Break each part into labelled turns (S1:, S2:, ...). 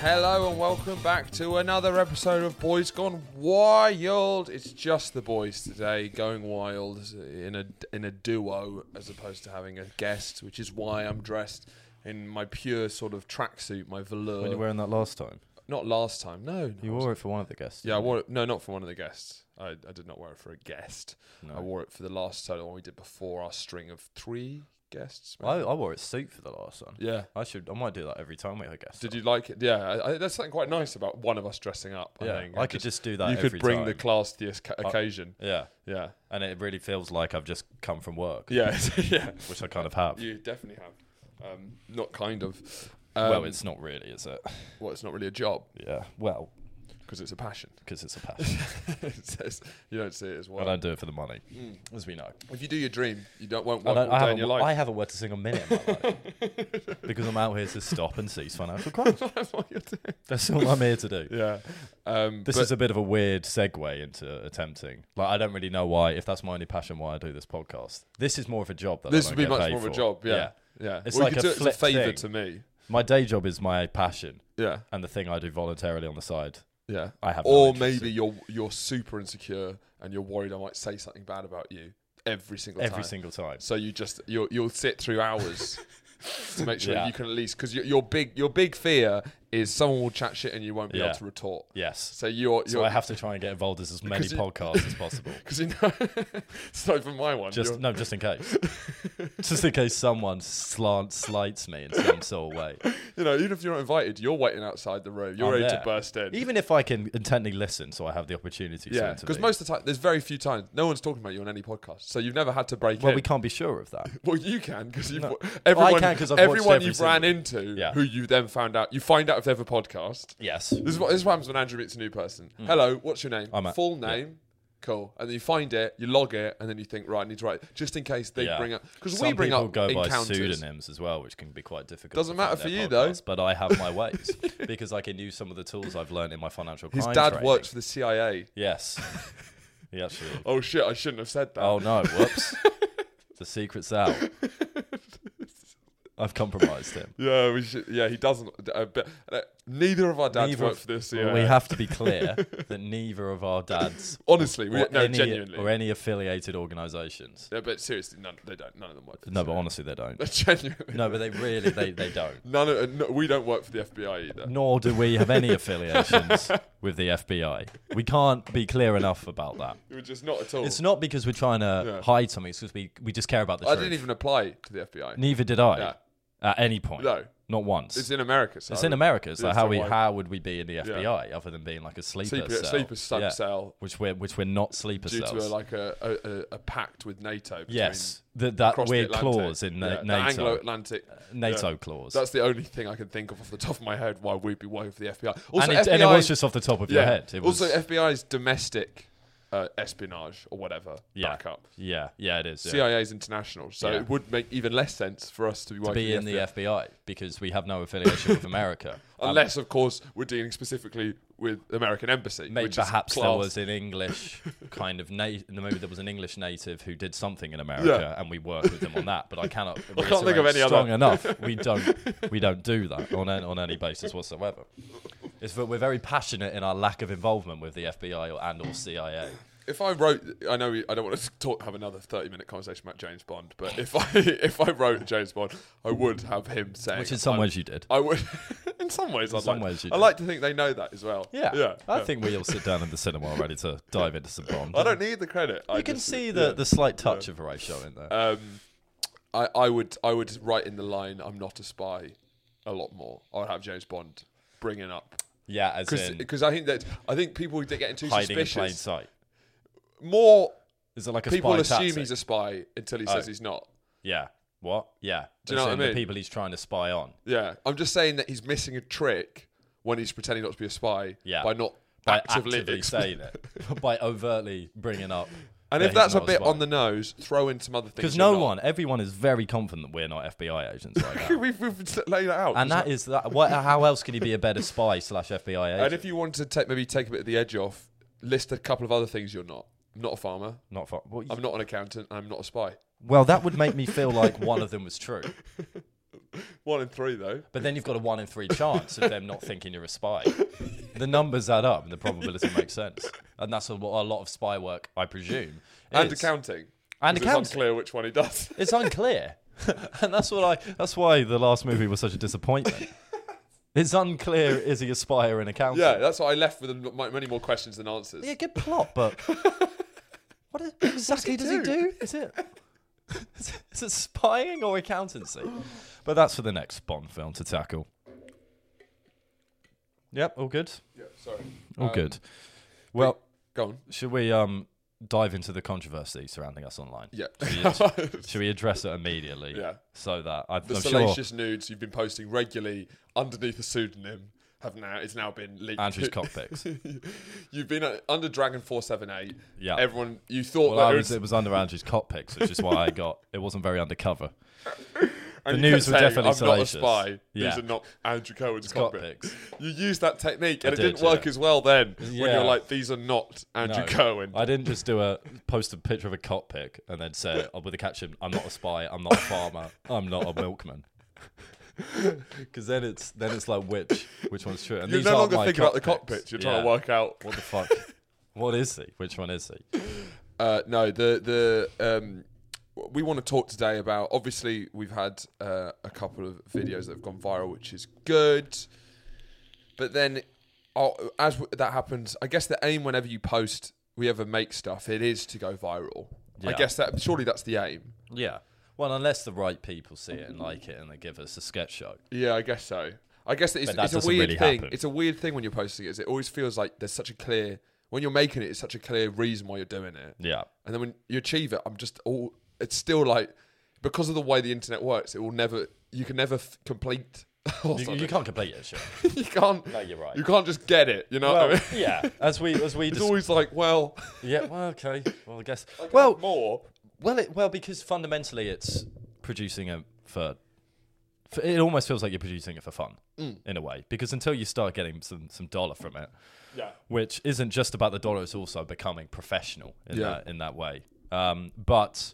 S1: Hello and welcome back to another episode of Boys Gone Wild. It's just the boys today going wild in a in a duo as opposed to having a guest, which is why I'm dressed in my pure sort of tracksuit, my velour.
S2: When you were wearing that last time,
S1: not last time, no. no
S2: you
S1: I was-
S2: wore it for one of the guests.
S1: Yeah, I
S2: didn't
S1: wore it. No, not for one of the guests. I, I did not wear it for a guest.
S2: you? No.
S1: I wore it for the last so the one we did before our string of three guests. maybe.
S2: I, I wore it suit for the last one.
S1: yeah.
S2: I should. I might do that every time we have a guest.
S1: Did
S2: on.
S1: you like it? Yeah, I, I, there's something quite nice about one of us dressing up. I,
S2: Yeah, I,
S1: think.
S2: could just, do that.
S1: you could
S2: every
S1: bring
S2: time. Uh,
S1: the class to the esca- occasion.
S2: yeah,
S1: yeah,
S2: and it really feels like I've just come from work,
S1: yeah, yeah.
S2: which I kind of have.
S1: You definitely have. Um, not kind of. Um,
S2: well, it's not really, is it?
S1: well, it's not really a job
S2: Yeah. Well,
S1: because it's a passion.
S2: because it's a passion.
S1: It's- it's- you don't see it as
S2: I
S1: well.
S2: don't do it for the money, as we know.
S1: If you do your dream, you don't won't
S2: I,
S1: work
S2: don't,
S1: all day
S2: I,
S1: in
S2: haven't,
S1: your
S2: wo- I
S1: life.
S2: haven't worked a single minute of my life because I'm out here to stop and cease financial crime.
S1: That's what you're doing.
S2: That's all I'm here to do.
S1: Yeah. Um,
S2: This
S1: but-
S2: is a bit of a weird segue into attempting. Like, I don't really know why. If that's my only passion, why I do this podcast. This is more of a job. That I
S1: this
S2: don't
S1: would be
S2: get
S1: much
S2: paid
S1: more of a
S2: for.
S1: job. Yeah. Yeah.
S2: It's
S1: Well,
S2: like
S1: you could
S2: a
S1: do it as a
S2: flip
S1: favour
S2: thing.
S1: to me.
S2: My day job is my passion,
S1: Yeah.
S2: and the thing I do voluntarily on the side.
S1: Yeah.
S2: I have. no
S1: or
S2: interest
S1: maybe
S2: in.
S1: you're you're super insecure and you're worried I might say something bad about you every single
S2: every
S1: time.
S2: single time.
S1: so you just you'll you'll sit through hours to make sure
S2: Yeah.
S1: you can at least because your, your big your big fear is someone will chat shit and you won't be
S2: Yeah.
S1: able to retort.
S2: Yes.
S1: So you're
S2: So
S1: you're
S2: I have to try and get involved as as many
S1: Because you-
S2: podcasts as possible.
S1: because you know it's not even my one.
S2: Just
S1: you're-
S2: no, just in case. just in case someone slant slights me in some sort of way.
S1: you know even if you're not invited, you're waiting outside the room. You're
S2: I'm
S1: ready to
S2: there.
S1: burst in.
S2: Even if I can intently listen, so I have the opportunity to
S1: yeah,
S2: intervene.
S1: because most of the time, there's very few times no one's talking about you on any podcast, so you've never had to break
S2: well,
S1: in.
S2: we can't be sure of that.
S1: Well, you can because you've
S2: No.
S1: wa- everyone.
S2: can 'cause I've watched
S1: everyone
S2: every
S1: you ran
S2: single-
S1: into,
S2: Yeah.
S1: who you then found out, you find out if they have a podcast.
S2: Yes.
S1: This is what this is what happens when Andrew meets a new person. Hello, what's your name?
S2: Hmm. I'm a-
S1: Full name. Cool. And then you find it, you log it, and then you think, right, I need to write it, just in case they
S2: Yeah.
S1: bring up because
S2: Some
S1: we bring
S2: people
S1: up
S2: go by
S1: encounters.
S2: pseudonyms as well, which can be quite difficult.
S1: Doesn't
S2: to
S1: matter
S2: find
S1: for
S2: their
S1: you, though.
S2: podcasts, But I have my ways because I can use some of the tools I've learned in my financial.
S1: His
S2: crime
S1: dad
S2: training.
S1: works for the CIA.
S2: Yes. He actually.
S1: Oh shit! I shouldn't have said that.
S2: Oh no! Whoops. the secret's out. I've compromised him.
S1: Yeah, we should. Yeah, he doesn't. Uh, but, uh, neither of our dads
S2: Neither
S1: work
S2: of-
S1: for the CIA.
S2: Well, we have to be clear that neither of our dads,
S1: Honestly, we,
S2: or,
S1: no,
S2: any,
S1: genuinely.
S2: or any affiliated organisations.
S1: yeah, but seriously, none. They don't. None of them work. For the
S2: No, but
S1: CIA.
S2: honestly, they don't.
S1: genuinely.
S2: No, but they really they, they don't.
S1: None of, no, we don't work for the FBI either.
S2: nor do we have any affiliations with the FBI. We can't be clear enough about that.
S1: We're just not at all.
S2: It's not because we're trying to
S1: Yeah.
S2: hide something, it's because we, we just care about the
S1: I
S2: truth.
S1: didn't even apply to the FBI.
S2: Neither did I
S1: Yeah.
S2: at any point.
S1: No,
S2: Not once.
S1: it's
S2: It's,
S1: in America. So
S2: in America, so
S1: it's
S2: how
S1: a
S2: we
S1: wide-
S2: how would we be in the FBI other than being like a sleeper
S1: Sleeper,
S2: cell?
S1: sleeper sub
S2: Yeah.
S1: cell
S2: Which we're which we're not sleeper
S1: due
S2: cells.
S1: to a, like a, a, a, a pact with NATO. Between
S2: yes, that that
S1: across the
S2: weird
S1: Atlantic.
S2: clause in
S1: Yeah,
S2: Na-
S1: the
S2: NATO
S1: Anglo-Atlantic.
S2: NATO clause,
S1: That's the only thing I can think of off the top of my head why we'd be working for the FBI. Also,
S2: and, it,
S1: FBI,
S2: and it was just off the top of your
S1: yeah.
S2: head. It was,
S1: Also, FBI's domestic uh, espionage or whatever
S2: Yeah.
S1: backup.
S2: yeah, yeah, it is. yeah.
S1: CIA's international, so
S2: Yeah.
S1: it would make even less sense for us to be
S2: to
S1: working
S2: be
S1: for
S2: in the FBI because we have no affiliation with America. Um,
S1: Unless, of course, we're dealing specifically with the American embassy.
S2: maybe
S1: which is
S2: perhaps there
S1: classed-
S2: was an English kind of native, maybe there was an English native who did something in America, and we work with them on that. But I cannot. I
S1: can't think of any other.
S2: strong enough. We don't. We don't do that on an, on any basis whatsoever. It's that we're very passionate in our lack of involvement with the FBI or, and or CIA.
S1: If I wrote, I know we- I don't want to talk, have another thirty-minute conversation about James Bond, but if I if I wrote James Bond, I would have him saying,
S2: Which in some
S1: I'm-
S2: ways you did.
S1: I would. in some ways, I'd
S2: some
S1: like,
S2: ways you
S1: I
S2: do.
S1: like to think they know that as well.
S2: Yeah,
S1: yeah.
S2: I
S1: yeah.
S2: think we all sit down in the cinema ready to dive into some Bond.
S1: I don't need the credit.
S2: You can see the, the slight touch of Horatio in there.
S1: Um, I I would I would write in the line, "I'm not a spy," a lot more. I would have James Bond bringing up
S2: yeah, as in
S1: because I think that I think people that get too
S2: hiding in plain
S1: suspicious
S2: sight.
S1: more
S2: Is it like a
S1: people
S2: spy
S1: assume
S2: tactic?
S1: he's a spy until he says he's not.
S2: yeah. What? Yeah.
S1: Do you know
S2: As
S1: what I
S2: in
S1: mean?
S2: The people he's trying to spy on
S1: Yeah, I'm just saying that he's missing a trick when he's pretending not to be a spy
S2: Yeah.
S1: by not
S2: by
S1: actively,
S2: actively,
S1: ex-
S2: saying it, by overtly bringing up.
S1: And if that's a bit on the nose, throw in some other things.
S2: because
S1: you're
S2: no
S1: not.
S2: one, everyone is very confident that we're not FBI agents like that.
S1: we've, we've s- laid that out.
S2: and that is that. What, how else could he be a better spy slash FBI agent?
S1: and if you want to take maybe take a bit of the edge off, list a couple of other things you're not. I'm not a farmer.
S2: not far, well,
S1: I'm not an accountant. I'm not a spy.
S2: well, that would make me feel like one of them was true.
S1: One in three, though.
S2: But then you've got a one in three chance of them not thinking you're a spy. The numbers add up and the probability makes sense. And that's what a lot of spy work, I presume.
S1: And
S2: is.
S1: accounting.
S2: And
S1: 'Cause
S2: accounting.
S1: It's unclear which one he does.
S2: It's unclear. and that's what I that's why the last movie was such a disappointment. It's unclear is he a spy or an accountant?
S1: yeah, that's what I left with m- many more questions than answers.
S2: Yeah, good plot, but what is, exactly does he
S1: do?
S2: do? Is it is it- is it spying or accountancy? But that's for the next Bond film to tackle. Yep, all good.
S1: Yeah, sorry.
S2: All
S1: Um,
S2: good. Well,
S1: Go on.
S2: should we um dive into the controversy surrounding us online?
S1: Yeah.
S2: Should we, should we address it immediately?
S1: Yeah.
S2: So that I,
S1: The
S2: I'm sure
S1: salacious nudes you've been posting regularly underneath a pseudonym have now it's now been leaked.
S2: Andrew's cockpicks.
S1: You've been uh, under Dragon Four Seven Eight.
S2: Yeah.
S1: Everyone, you thought
S2: Well, I
S1: that
S2: was,
S1: it
S2: it was under Andrew's cockpicks, which is why I got. It wasn't very undercover.
S1: was,
S2: the
S1: you kept
S2: news were
S1: saying,
S2: definitely
S1: I'm
S2: salacious."
S1: not a spy.
S2: Yeah.
S1: These are not Andrew Cohen's
S2: Cock
S1: cockpit.
S2: pics.
S1: You used that technique, and it
S2: did,
S1: didn't work
S2: yeah.
S1: as well then. When
S2: Yeah.
S1: you're like, these are not Andrew
S2: No,
S1: Cohen.
S2: I didn't just do a post a picture of a cockpick and then say uh, with a caption, "I'm not a spy. I'm not a farmer. I'm not a milkman." Because then it's then it's like which which one's true. And
S1: you
S2: these
S1: no
S2: aren't
S1: longer
S2: my
S1: think about the
S2: cockpicks.
S1: cockpit. You're trying to
S2: Yeah.
S1: work out.
S2: What the fuck? what is he? Which one is he?
S1: Uh, no, the the um, we want to talk today about. Obviously, we've had uh, a couple of videos that have gone viral, which is good. But then, uh, as w- that happens, I guess the aim whenever you post, we ever make stuff, it is to go viral. I
S2: Yeah.
S1: guess that surely that's the aim.
S2: Yeah. Well, unless the right people see it and like it and they give us a sketch show.
S1: Yeah, I guess so. I guess it's,
S2: But that
S1: it's a
S2: doesn't
S1: weird
S2: really
S1: thing.
S2: happen.
S1: It's a weird thing when you're posting it. Is it always feels like there's such a clear when you're making it, it's such a clear reason why you're doing it.
S2: Yeah.
S1: And then when you achieve it, I'm just all. It's still like because of the way the internet works, it will never. You can never f- complete. or
S2: You,
S1: something.
S2: you can't complete it, sure.
S1: you can't.
S2: No, you're right.
S1: You can't just get it. You know. what I
S2: Well,
S1: mean?
S2: yeah. As we as we
S1: It's
S2: dis-
S1: always like, well,
S2: yeah. Well, okay. Well, I guess.
S1: well,
S2: Well,
S1: more.
S2: well, it, well, because fundamentally, it's producing it for. for it almost feels like you're producing it for fun
S1: Mm.
S2: in a way, because until you start getting some some dollar from it,
S1: Yeah.
S2: which isn't just about the dollar, it's also becoming professional in
S1: Yeah.
S2: that in that way. Um, but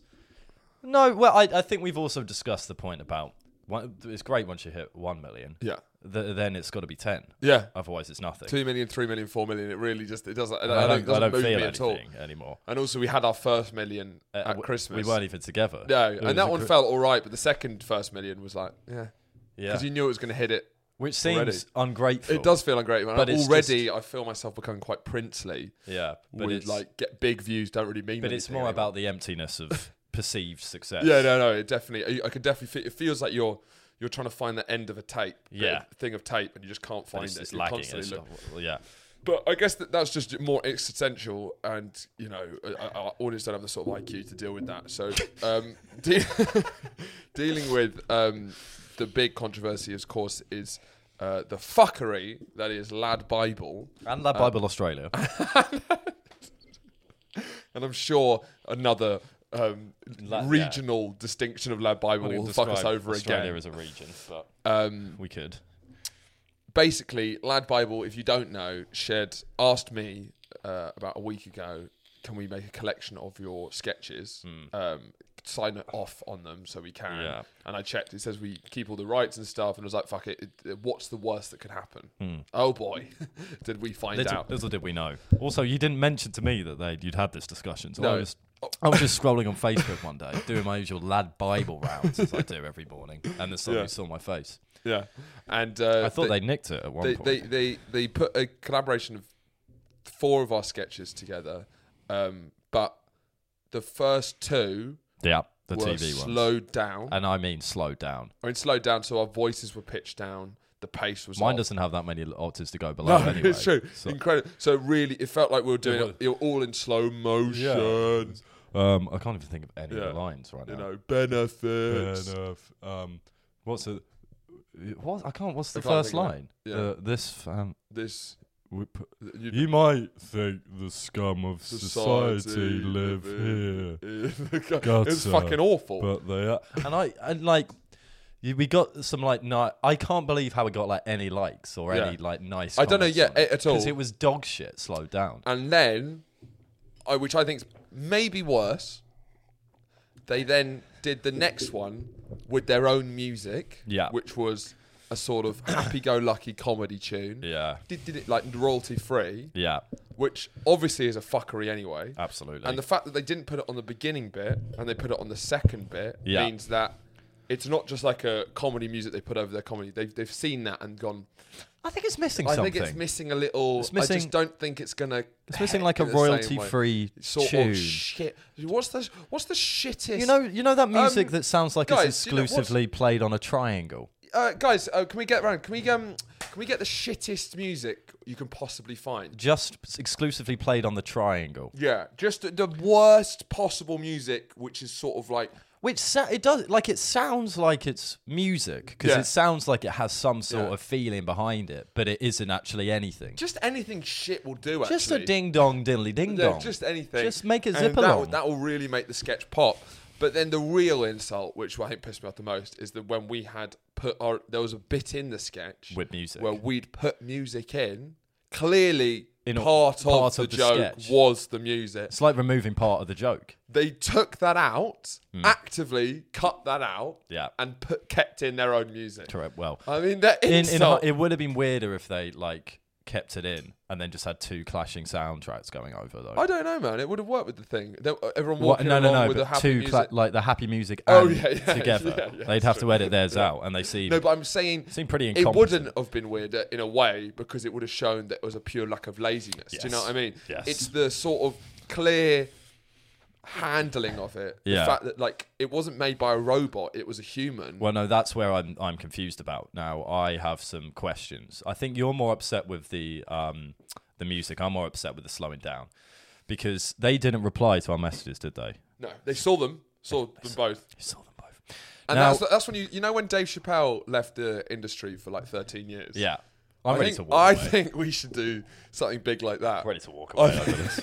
S2: no, well, I, I think we've also discussed the point about one, it's great once you hit one million.
S1: Yeah.
S2: Th- then it's got to be ten.
S1: Yeah.
S2: Otherwise, it's nothing.
S1: Two million, three million, four million. It really just it doesn't. I
S2: I
S1: don't, it
S2: don't, I
S1: doesn't
S2: don't
S1: move
S2: feel
S1: me at all.
S2: anything anymore.
S1: And also, we had our first million
S2: Uh,
S1: at
S2: w-
S1: Christmas.
S2: we weren't even together.
S1: No,
S2: It was
S1: and that
S2: a
S1: one
S2: gr-
S1: felt all right, but the second first million was like, yeah,
S2: yeah,
S1: because you knew it was going to hit it.
S2: which seems
S1: already.
S2: ungrateful.
S1: It does feel ungrateful. and
S2: But it's
S1: already, I feel myself becoming quite princely.
S2: yeah, but
S1: with
S2: it's like,
S1: like get big views don't really mean.
S2: but it's
S1: anything
S2: more
S1: anymore.
S2: about the emptiness of perceived success.
S1: Yeah, no, no. It definitely. I I could definitely. Feel, it feels like you're you're trying to find the end of a tape. bit
S2: Yeah.
S1: of- thing of tape, and you just can't
S2: And
S1: find
S2: it's,
S1: it.
S2: it's
S1: You're
S2: lacking.
S1: constantly look-
S2: It's not- yeah,
S1: But I guess that that's just more existential, and you know, our- our audience don't have the sort of IQ to deal with that. So, um, de- dealing with um, the big controversy, of course, is uh, the fuckery that is Lad Bible,
S2: and La Bible Australia.
S1: and I'm sure another um,
S2: La- yeah.
S1: regional distinction of Lad Bible will fuck us over
S2: Australia
S1: again.
S2: as a region, but
S1: Um,
S2: we could.
S1: basically, Lad Bible, if you don't know, shared asked me uh, about a week ago, can we make a collection of your sketches? Um, sign it off on them so we can.
S2: Hmm. Yeah.
S1: And I checked. It says we keep all the rights and stuff, and I was like, "Fuck it! it- it- what's the worst that could happen?" Oh boy, did we find
S2: Little,
S1: out?
S2: little Hmm. did we know. Also, you didn't mention to me that they you'd had this discussion. So
S1: No.
S2: I was I was just scrolling on Facebook one day, doing my usual lad Bible rounds as I do every morning, and then suddenly
S1: Yeah.
S2: saw my face.
S1: Yeah. And uh,
S2: I thought
S1: they
S2: they, nicked it at one
S1: they,
S2: point.
S1: they they they put a collaboration of four of our sketches together, um, but the first two
S2: yeah, the
S1: were
S2: TV ones. Uh,
S1: slowed down.
S2: And I mean slowed down.
S1: I mean, slowed down, so our voices were pitched down. The pace was.
S2: Mine
S1: off.
S2: doesn't have that many octaves to go below
S1: No,
S2: anyway.
S1: it's true.
S2: So,
S1: Incredible. So really, it felt like we were doing
S2: It
S1: it, it all in slow motion.
S2: um, I can't even think of any
S1: Yeah.
S2: of the lines right
S1: You
S2: now.
S1: know, benefits.
S2: Um, what's the what? I can't. What's the
S1: can't
S2: first
S1: think of it.
S2: line?
S1: Yeah.
S2: Uh, this fam.
S1: This
S2: Uh,
S3: We p-
S1: you,
S3: you might think the scum of
S1: society,
S3: society, live here,
S1: here. it
S3: God,
S1: was
S3: sir.
S1: fucking awful.
S3: but they are.
S2: and I and like you- we got some like ni- I can't believe how it got like any likes or
S1: Yeah.
S2: any like nice.
S1: I don't know yet a- at all.
S2: because it was dog shit. Slowed down.
S1: and then, I, which I think is maybe worse, they then did the next one with their own music,
S2: Yeah.
S1: which was a sort of happy-go-lucky comedy tune.
S2: Yeah.
S1: Did, did it like royalty-free,
S2: Yeah.
S1: which obviously is a fuckery anyway.
S2: Absolutely.
S1: And the fact that they didn't put it on the beginning bit and they put it on the second bit
S2: Yeah.
S1: means that it's not just like a comedy music they put over their comedy. They've, they've seen that and gone,
S2: I think it's missing
S1: I
S2: something.
S1: think it's missing a little.
S2: It's
S1: I
S2: missing-
S1: just don't think it's going to.
S2: It's missing like a
S1: the same way.
S2: royalty free
S1: Sort
S2: tune.
S1: of shit. What's the, what's the shittest?
S2: you know, you know that music
S1: Um,
S2: that sounds like
S1: guys,
S2: it's
S1: you know what's-
S2: exclusively played on a triangle.
S1: uh, guys, uh, can we get around? Can we um, can we get the shittest music you can possibly find?
S2: Just exclusively played on the triangle.
S1: Yeah, just the, the worst possible music, which is sort of like
S2: Which sa- it does like it sounds like it's music because
S1: Yeah.
S2: it sounds like it has some sort
S1: Yeah.
S2: of feeling behind it, but it isn't actually anything.
S1: just anything shit will do. Actually,
S2: Just a ding dong diddly ding
S1: Yeah,
S2: dong.
S1: just anything.
S2: Just make it
S1: And
S2: zip
S1: that will-
S2: along.
S1: That will really make the sketch pop. But then the real insult, which I think pissed me off the most, is that when we had put our there was a bit in the sketch
S2: With music.
S1: where we'd put music in. Clearly,
S2: In a-
S1: part, of,
S2: part
S1: the,
S2: of the
S1: joke
S2: sketch.
S1: was the music.
S2: It's like removing part of the joke.
S1: They took that out, actively cut that out,
S2: Hmm. Yeah.
S1: and put kept in their own music.
S2: Correct. Well,
S1: I mean, that
S2: in, in
S1: insult.
S2: it would have been weirder if they like kept it in and then just had two clashing soundtracks going over though.
S1: I don't know, man. It would have worked with the thing. There- Everyone
S2: What-
S1: walking
S2: no, no,
S1: along
S2: no,
S1: with the
S2: but
S1: happy
S2: two
S1: music.
S2: cla- like the happy music
S1: Oh,
S2: and
S1: yeah, yeah,
S2: together.
S1: yeah, yeah,
S2: They'd have to edit theirs out, and they seem
S1: no, but I'm saying
S2: seem pretty
S1: it
S2: incompetent.
S1: wouldn't have been weirder in a way because it would have shown that it was a pure lack of laziness. Do you know
S2: Yes.
S1: what I mean?
S2: Yes.
S1: It's the sort of clear handling of it.
S2: Yeah.
S1: The fact that like it wasn't made by a robot, it was a human.
S2: Well, no, that's where I'm I'm confused about. Now I have some questions. I think you're more upset with the um the music. I'm more upset with the slowing down because they didn't reply to our messages, did they?
S1: no, they saw them, saw them both.
S2: You saw them both.
S1: And
S2: now,
S1: that's that's when you you know when Dave Chappelle left the industry for like 13 years.
S2: yeah, I'm
S1: I
S2: ready
S1: think,
S2: to walk.
S1: I
S2: away.
S1: think we should do something big like that.
S2: I'm ready to walk away. over this.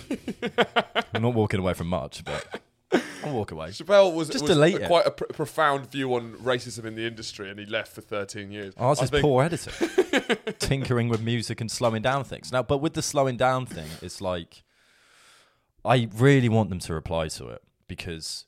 S2: I'm not walking away from much, but I'll walk away.
S1: Chappelle was,
S2: Just
S1: was
S2: delete
S1: a-
S2: it.
S1: quite a pr- profound view on racism in the industry, and he left for 13 years.
S2: Ours
S1: I
S2: is
S1: think-
S2: poor editing, tinkering with music and slowing down things. Now, but with the slowing down thing, it's like I really want them to reply to it because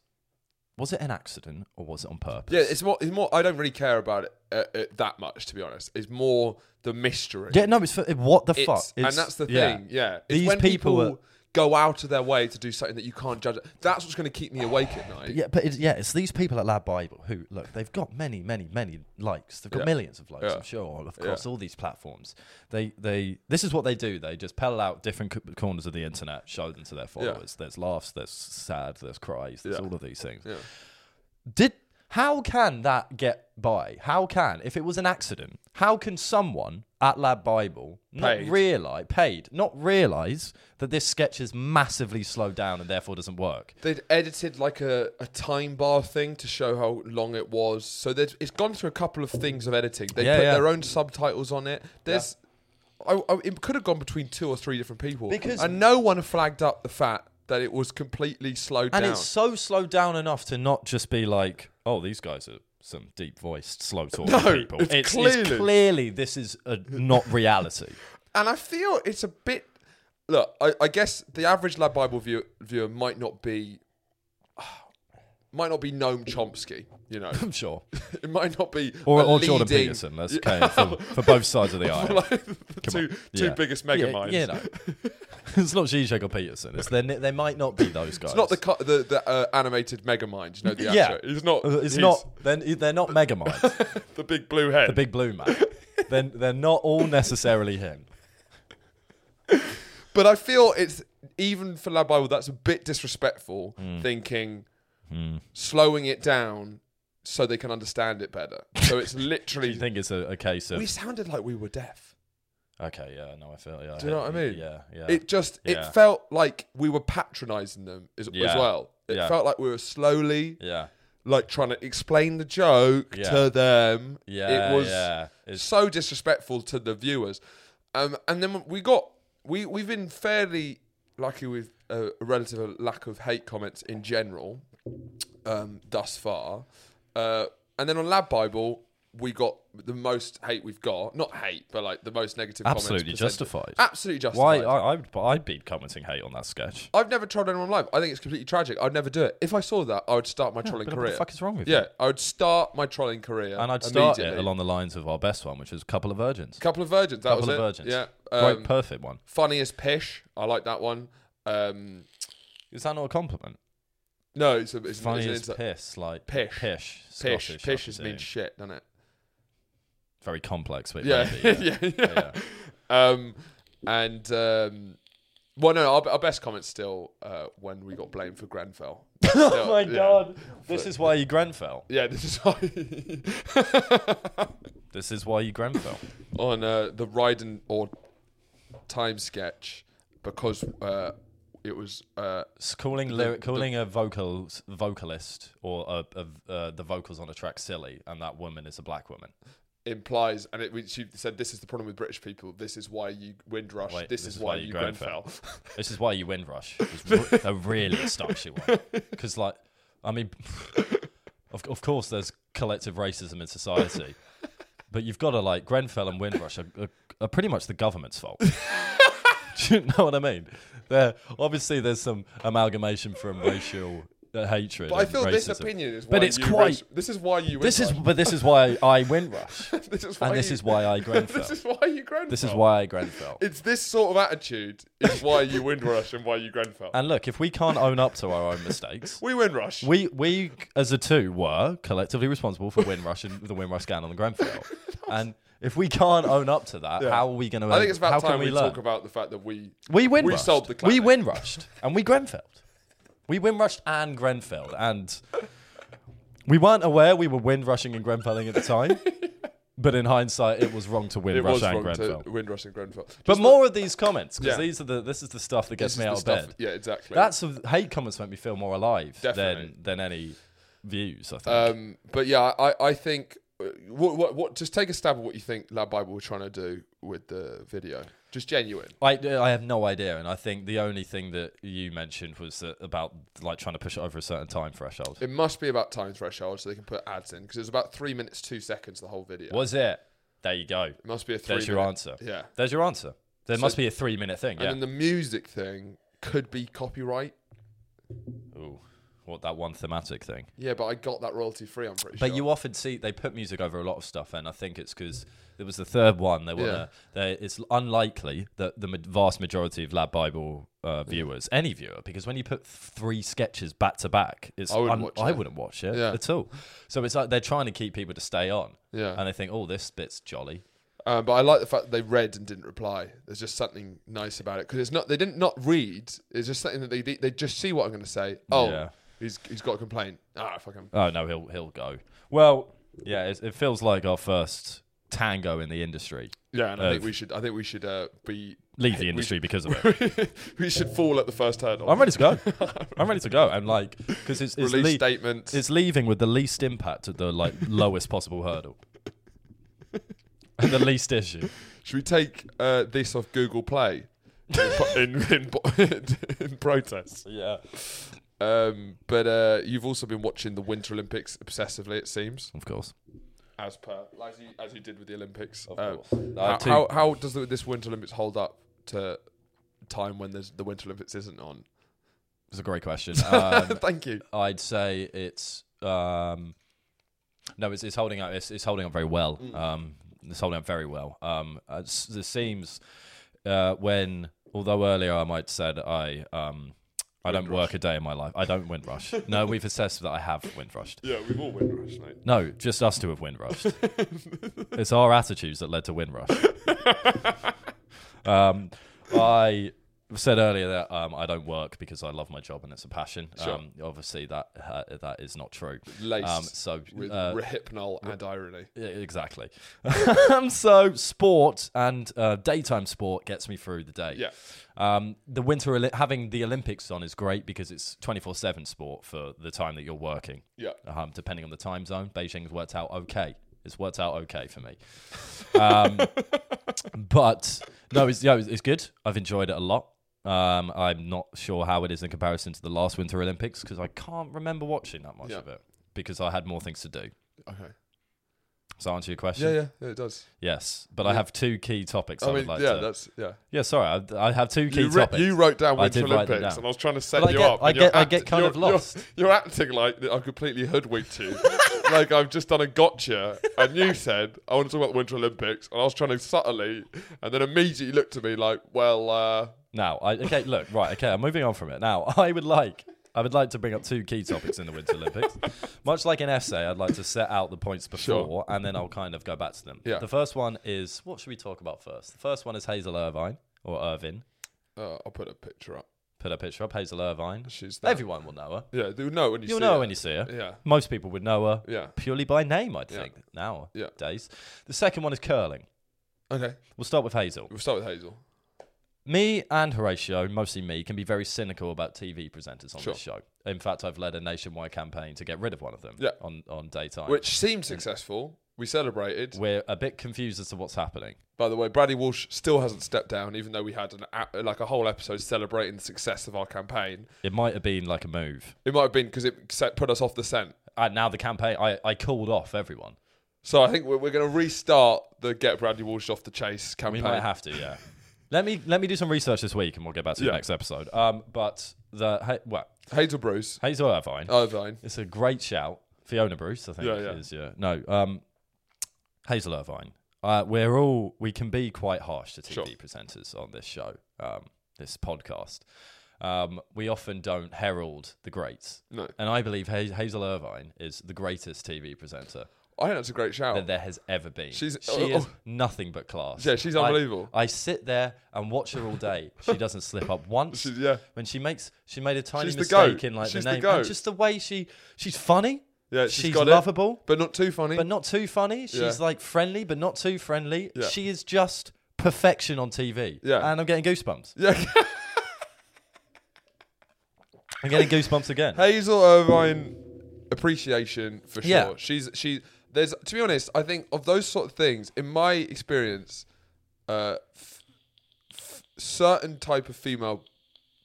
S2: was it an accident or was it on purpose?
S1: Yeah, it's more. It's more. I don't really care about it, uh, uh, that much, to be honest. It's more the mystery.
S2: Yeah, no, it's it, what the
S1: It's-
S2: fuck,
S1: and
S2: It's-
S1: that's the
S2: yeah.
S1: thing. Yeah, it's
S2: These
S1: when people,
S2: people are-
S1: go out of their way to do something that you can't judge. That's what's going to keep me awake at night.
S2: Yeah, but it's, yeah, it's these people at Lab Bible who look. They've got many, many, many likes. They've got
S1: Yeah.
S2: millions of likes.
S1: Yeah.
S2: I'm sure across all these platforms. They, they. This is what they do. They just pell out different co- corners of the internet, show them to their followers. There's laughs. There's sad. There's cries. There's
S1: Yeah.
S2: all of these things.
S1: Yeah.
S2: Did how can that get by? How can if it was an accident? How can someone at Lab Bible not
S1: Paid.
S2: realize paid not realize that this sketch is massively slowed down and therefore doesn't work?
S1: They'd edited like a, a time bar thing to show how long it was. So there's- it's gone through a couple of things of editing. They
S2: Yeah,
S1: put
S2: yeah.
S1: their own subtitles on it. There's, I, I, it could have gone between two or three different people,
S2: Because-
S1: and no one flagged up the fact that it was completely slowed
S2: And
S1: down.
S2: it's so slowed down enough to not just be like, oh, these guys are some deep voiced, slow talking
S1: No,
S2: people.
S1: it's clearly-
S2: clearly this is a, not reality.
S1: And I feel it's a bit. Look, I, I guess the average Lab Bible view, viewer might not be. Might not be Noam Chomsky, you know.
S2: I'm sure.
S1: It might not be
S2: Or,
S1: a
S2: or Jordan
S1: leading-
S2: Peterson. That's okay for, for both sides of the aisle.
S1: like the two, two
S2: Yeah.
S1: biggest mega
S2: yeah,
S1: minds.
S2: You know. it's not Zizek or Peterson. It's they, they might not be those guys.
S1: It's not the cu- the, the uh, animated mega mind, you know. The
S2: Yeah. Uh,
S1: actor. He's not.
S2: It's
S1: he's
S2: not. They're, they're not Megamind,
S1: the big blue head.
S2: the big blue man. Then they're, they're not all necessarily him.
S1: But I feel it's even for Lab Bible that's a bit disrespectful.
S2: Hmm.
S1: Thinking slowing it down so they can understand it better. So it's
S2: I
S1: literally
S2: think it's a, a case of
S1: we sounded like we were deaf.
S2: okay, yeah, no, I feel. Yeah,
S1: Do you know what I mean?
S2: Yeah, yeah.
S1: It just
S2: Yeah.
S1: it felt like we were patronizing them as, as
S2: Yeah.
S1: well. It
S2: Yeah.
S1: felt like we were slowly
S2: yeah.
S1: like trying to explain the joke
S2: Yeah.
S1: to them.
S2: Yeah,
S1: it was
S2: yeah. It's-
S1: so disrespectful to the viewers. Um, and then we got we we've been fairly lucky with a, a relative lack of hate comments in general um, thus far. Uh, and then on Lab Bible, we got the most hate we've got. Not hate, but like the most negative. comments
S2: Absolutely
S1: percentage.
S2: justified.
S1: Absolutely
S2: Why?
S1: justified.
S2: I, I would, I'd be commenting hate on that sketch.
S1: I've never trolled anyone live. I think it's completely tragic. I'd never do it. If I saw that, I would start my trolling
S2: But
S1: career.
S2: What the fuck is wrong with you?
S1: yeah, I would start my trolling career,
S2: And I'd start it
S1: immediately.
S2: along the lines of our best one, which was Couple of Virgins.
S1: Couple of virgins. That
S2: Couple
S1: was
S2: of
S1: it.
S2: Virgins.
S1: Yeah.
S2: Great,
S1: Um,
S2: perfect one.
S1: funny as pish. I like that one. Um,
S2: Is that not a compliment?
S1: no, it's a it's, an-
S2: Funny
S1: it's
S2: as
S1: an insult.
S2: piss, like
S1: Pish.
S2: pish,
S1: pish.
S2: Scottish, I
S1: Pish is mean
S2: presume.
S1: shit, doesn't it?
S2: very complex, but
S1: Yeah,
S2: maybe, yeah.
S1: yeah, yeah. Um, and um, well, no, our, our best comment still uh, when we got blamed for Grenfell.
S2: oh my god, this is why you Grenfell.
S1: Yeah, this is why
S2: This is why you Grenfell.
S1: on uh, the Ryden or time sketch because uh, it was uh,
S2: It's calling lyric, calling a vocals vocalist or a, a, uh, the vocals on a track silly, and that woman is a black woman.
S1: implies, and it, we- she said, "This is the problem with British people. This is why you Windrush.
S2: Wait,
S1: this, is, why, you Grenfell."
S2: This is why you Windrush was re- a really astonishing one, because like, I mean, of of course there's collective racism in society, but you've got to like Grenfell and Windrush are, are, are pretty much the government's fault. Do you know what I mean? There, obviously, there's some amalgamation from racial uh, hatred.
S1: but I
S2: and
S1: feel
S2: racism.
S1: this opinion is why
S2: But it's
S1: you
S2: quite-
S1: raci- this is why you
S2: This is,
S1: Windrush.
S2: but this is why I Windrush,
S1: this is why
S2: and this
S1: you-
S2: is why I
S1: this
S2: Grenfell.
S1: is Oh. why you Grenfell.
S2: This is why I Grenfell.
S1: It's this sort of attitude is why you Windrush and why you Grenfell.
S2: And look, if we can't own up to our own mistakes,
S1: we Windrush.
S2: We we as a two were collectively responsible for Windrush and the Windrush scan on the Grenfell. and if we can't own up to that, how are we going to?
S1: I think it's
S2: how
S1: about
S2: can
S1: time we,
S2: learn?
S1: talk about the fact that we
S2: we Windrushed.
S1: we solved the
S2: we
S1: climate.
S2: Windrushed and we Grenfelled. We Windrushed and Grenfelled and we weren't aware we were Windrushing and Grenfelling at the time. But in hindsight, it was wrong to
S1: It
S2: Windrush
S1: was
S2: and
S1: wrong
S2: Grenfell.
S1: to Windrush and Grenfell.
S2: But more of these comments because
S1: Yeah.
S2: these are the this is the stuff that gets
S1: This
S2: me
S1: is
S2: out
S1: the
S2: of
S1: stuff-
S2: bed.
S1: Yeah, exactly.
S2: That's the hate comments make me feel more alive
S1: Definitely.
S2: than than any views. I think.
S1: um, but yeah, I I think what, what what just take a stab at what you think Lab Bible were trying to do with the video. Just genuine.
S2: I, I have no idea, and I think the only thing that you mentioned was that about like trying to push it over a certain time threshold.
S1: It must be about time threshold so they can put ads in because it was about three minutes two seconds the whole video.
S2: Was it? There you go.
S1: It must be a three.
S2: There's your
S1: minute-
S2: answer.
S1: Yeah.
S2: There's your answer. There must be a three minute thing.
S1: And
S2: Yeah.
S1: then the music thing could be copyright.
S2: Ooh, what that one thematic thing.
S1: Yeah, but I got that royalty free. I'm pretty
S2: But
S1: sure.
S2: you often see they put music over a lot of stuff, and I think it's because there was the third one. They want to. It's unlikely that the ma- vast majority of Lab Bible uh, viewers, any viewer, because when you put th- three sketches back to back, it's
S1: I wouldn't watch
S2: I
S1: it.
S2: wouldn't watch it
S1: Yeah.
S2: at all. So it's like they're trying to keep people to stay on,
S1: Yeah.
S2: and they think, oh, this bit's jolly.
S1: Uh, but I like the fact that they read and didn't reply. There's just something nice about it because it's not they didn't not read. It's just something that they they just see what I'm going to say. Oh,
S2: Yeah.
S1: he's he's got a complaint. Ah, fuck him.
S2: Oh no, he'll he'll go. Well, yeah, it, it feels like our first tango in the industry.
S1: Yeah, and I
S2: Uh,
S1: think we should I think we should uh, be
S2: Leave the industry because of it.
S1: we should fall at the first hurdle.
S2: I'm ready to go. I'm ready to go. I'm like, because it's, it's
S1: Release
S2: lea-
S1: statements.
S2: It's leaving with the least impact at the like lowest possible hurdle. And the least issue.
S1: Should we take uh, this off Google Play in in, in, in protest?
S2: Yeah.
S1: Um, but uh, you've also been watching the Winter Olympics obsessively, it seems,
S2: Of course.
S1: as per as you, as you did with the Olympics. Of
S2: course.
S1: How,
S2: Uh, two-
S1: how, how does the, this Winter Olympics hold up to time when there's, the Winter Olympics isn't on?
S2: It's a great question. Um,
S1: Thank you.
S2: I'd say it's um, no, it's, it's holding up. It's, it's holding up very well. Um, it's holding up very well. Um, uh, s- it seems uh, when although earlier I might said I um, I don't work a day in my life. I don't windrush. no, we've assessed that I have windrushed.
S1: Yeah, we've all Windrush, mate.
S2: No, just us two have windrushed. it's our attitudes that led to windrush. um, I said earlier that um, I don't work because I love my job and it's a passion.
S1: Sure.
S2: Um, obviously, that uh, that is not true.
S1: Laced
S2: Um, so
S1: with
S2: uh,
S1: rehypnol and irony.
S2: yeah, exactly. um, so sport and uh, daytime sport gets me through the day.
S1: Yeah.
S2: Um, the winter Oli- having the Olympics on is great because it's twenty four seven sport for the time that you're working
S1: Yeah.
S2: um, depending on the time zone. Beijing's worked out okay. It's worked out okay for me. Um, but no, it's, yeah, it's it's good. I've enjoyed it a lot. Um, I'm not sure how it is in comparison to the last Winter Olympics because I can't remember watching that much
S1: Yeah.
S2: of it because I had more things to do.
S1: Okay.
S2: Does that answer your question?
S1: Yeah, yeah, yeah, it does.
S2: Yes, but I
S1: Yeah.
S2: have two key topics I,
S1: I mean,
S2: would like
S1: yeah,
S2: to.
S1: that's yeah.
S2: Yeah, sorry, I, I have two key
S1: You, writ-
S2: topics.
S1: you wrote down
S2: I
S1: Winter
S2: did write them
S1: Olympics,
S2: down.
S1: and I was trying to set
S2: Well, I
S1: you
S2: get-
S1: up.
S2: I
S1: and you're
S2: get- I get kind
S1: you're-
S2: of lost.
S1: You're, you're acting like that I completely hoodwinked you, like I've just done a gotcha, and you said I want to talk about the Winter Olympics, and I was trying to subtly, and then immediately looked at me like, well, uh,
S2: Now, I, okay, look, right, okay, I'm moving on from it. Now, I would like, I would like to bring up two key topics in the Winter Olympics. Much like an essay, I'd like to set out the points before,
S1: Sure.
S2: and then I'll kind of go back to them.
S1: Yeah.
S2: The first one is what should we talk about first? The first one is Hazel Irvine or Irvin.
S1: uh, I'll put a picture up.
S2: Put a picture up, Hazel Irvine.
S1: She's there.
S2: Everyone will know her.
S1: Yeah, they'll know when you
S2: You'll
S1: see
S2: know
S1: it.
S2: when you see her.
S1: Yeah,
S2: Most people would know her
S1: yeah.
S2: purely by name, I'd
S1: Yeah.
S2: think, nowadays.
S1: Yeah.
S2: The second one is curling.
S1: Okay,
S2: We'll start with Hazel.
S1: we'll start with Hazel.
S2: Me and Horatio, mostly me, can be very cynical about TV presenters on
S1: Sure.
S2: this show. In fact, I've led a nationwide campaign to get rid of one of them
S1: Yeah.
S2: on, on daytime.
S1: Which seemed successful. We celebrated.
S2: We're a bit confused as to what's happening.
S1: By the way, Bradley Walsh still hasn't stepped down, even though we had an a- like a whole episode celebrating the success of our campaign.
S2: It might have been like a move.
S1: It might have been because it set, put us off the scent.
S2: And now the campaign, I, I called off everyone.
S1: So I think we're, we're going to restart the get Bradley Walsh off the chase
S2: We
S1: campaign.
S2: might have to, yeah. let me let me do some research this week, and we'll get back to the
S1: Yeah.
S2: next episode. Um, but the ha- well,
S1: Hazel Bruce,
S2: Hazel Irvine,
S1: Irvine.
S2: it's a great shout. Fiona Bruce, I think
S1: Yeah,
S2: it
S1: yeah.
S2: is. Yeah, no, um, Hazel Irvine. Uh, we're all we can be quite harsh to TV
S1: Sure.
S2: presenters on this show, um, this podcast. Um, we often don't herald the greats,
S1: No,
S2: and I believe Ha- Hazel Irvine is the greatest TV presenter
S1: I think that's a great shout.
S2: that there has ever been.
S1: Oh. She's-
S2: she
S1: oh,
S2: is
S1: oh.
S2: nothing but class.
S1: Yeah, she's
S2: I-
S1: unbelievable.
S2: I, sit there and watch her all day. She doesn't slip up once.
S1: She- yeah.
S2: When she makes, she made a tiny
S1: She's the
S2: mistake
S1: goat.
S2: in like
S1: She's the
S2: the name. and
S1: goat.
S2: just the way she, she's funny.
S1: Yeah, she's
S2: she's,
S1: got it.
S2: lovable,
S1: but not too funny.
S2: but not too funny. She's
S1: Yeah.
S2: like friendly, but not too friendly.
S1: Yeah.
S2: She is just perfection on TV.
S1: Yeah.
S2: And I'm getting goosebumps.
S1: yeah,
S2: I'm getting goosebumps again.
S1: Hazel Irvine appreciation for sure.
S2: Yeah.
S1: She's she there's to be honest, I think of those sort of things in my experience uh f- f- certain type of female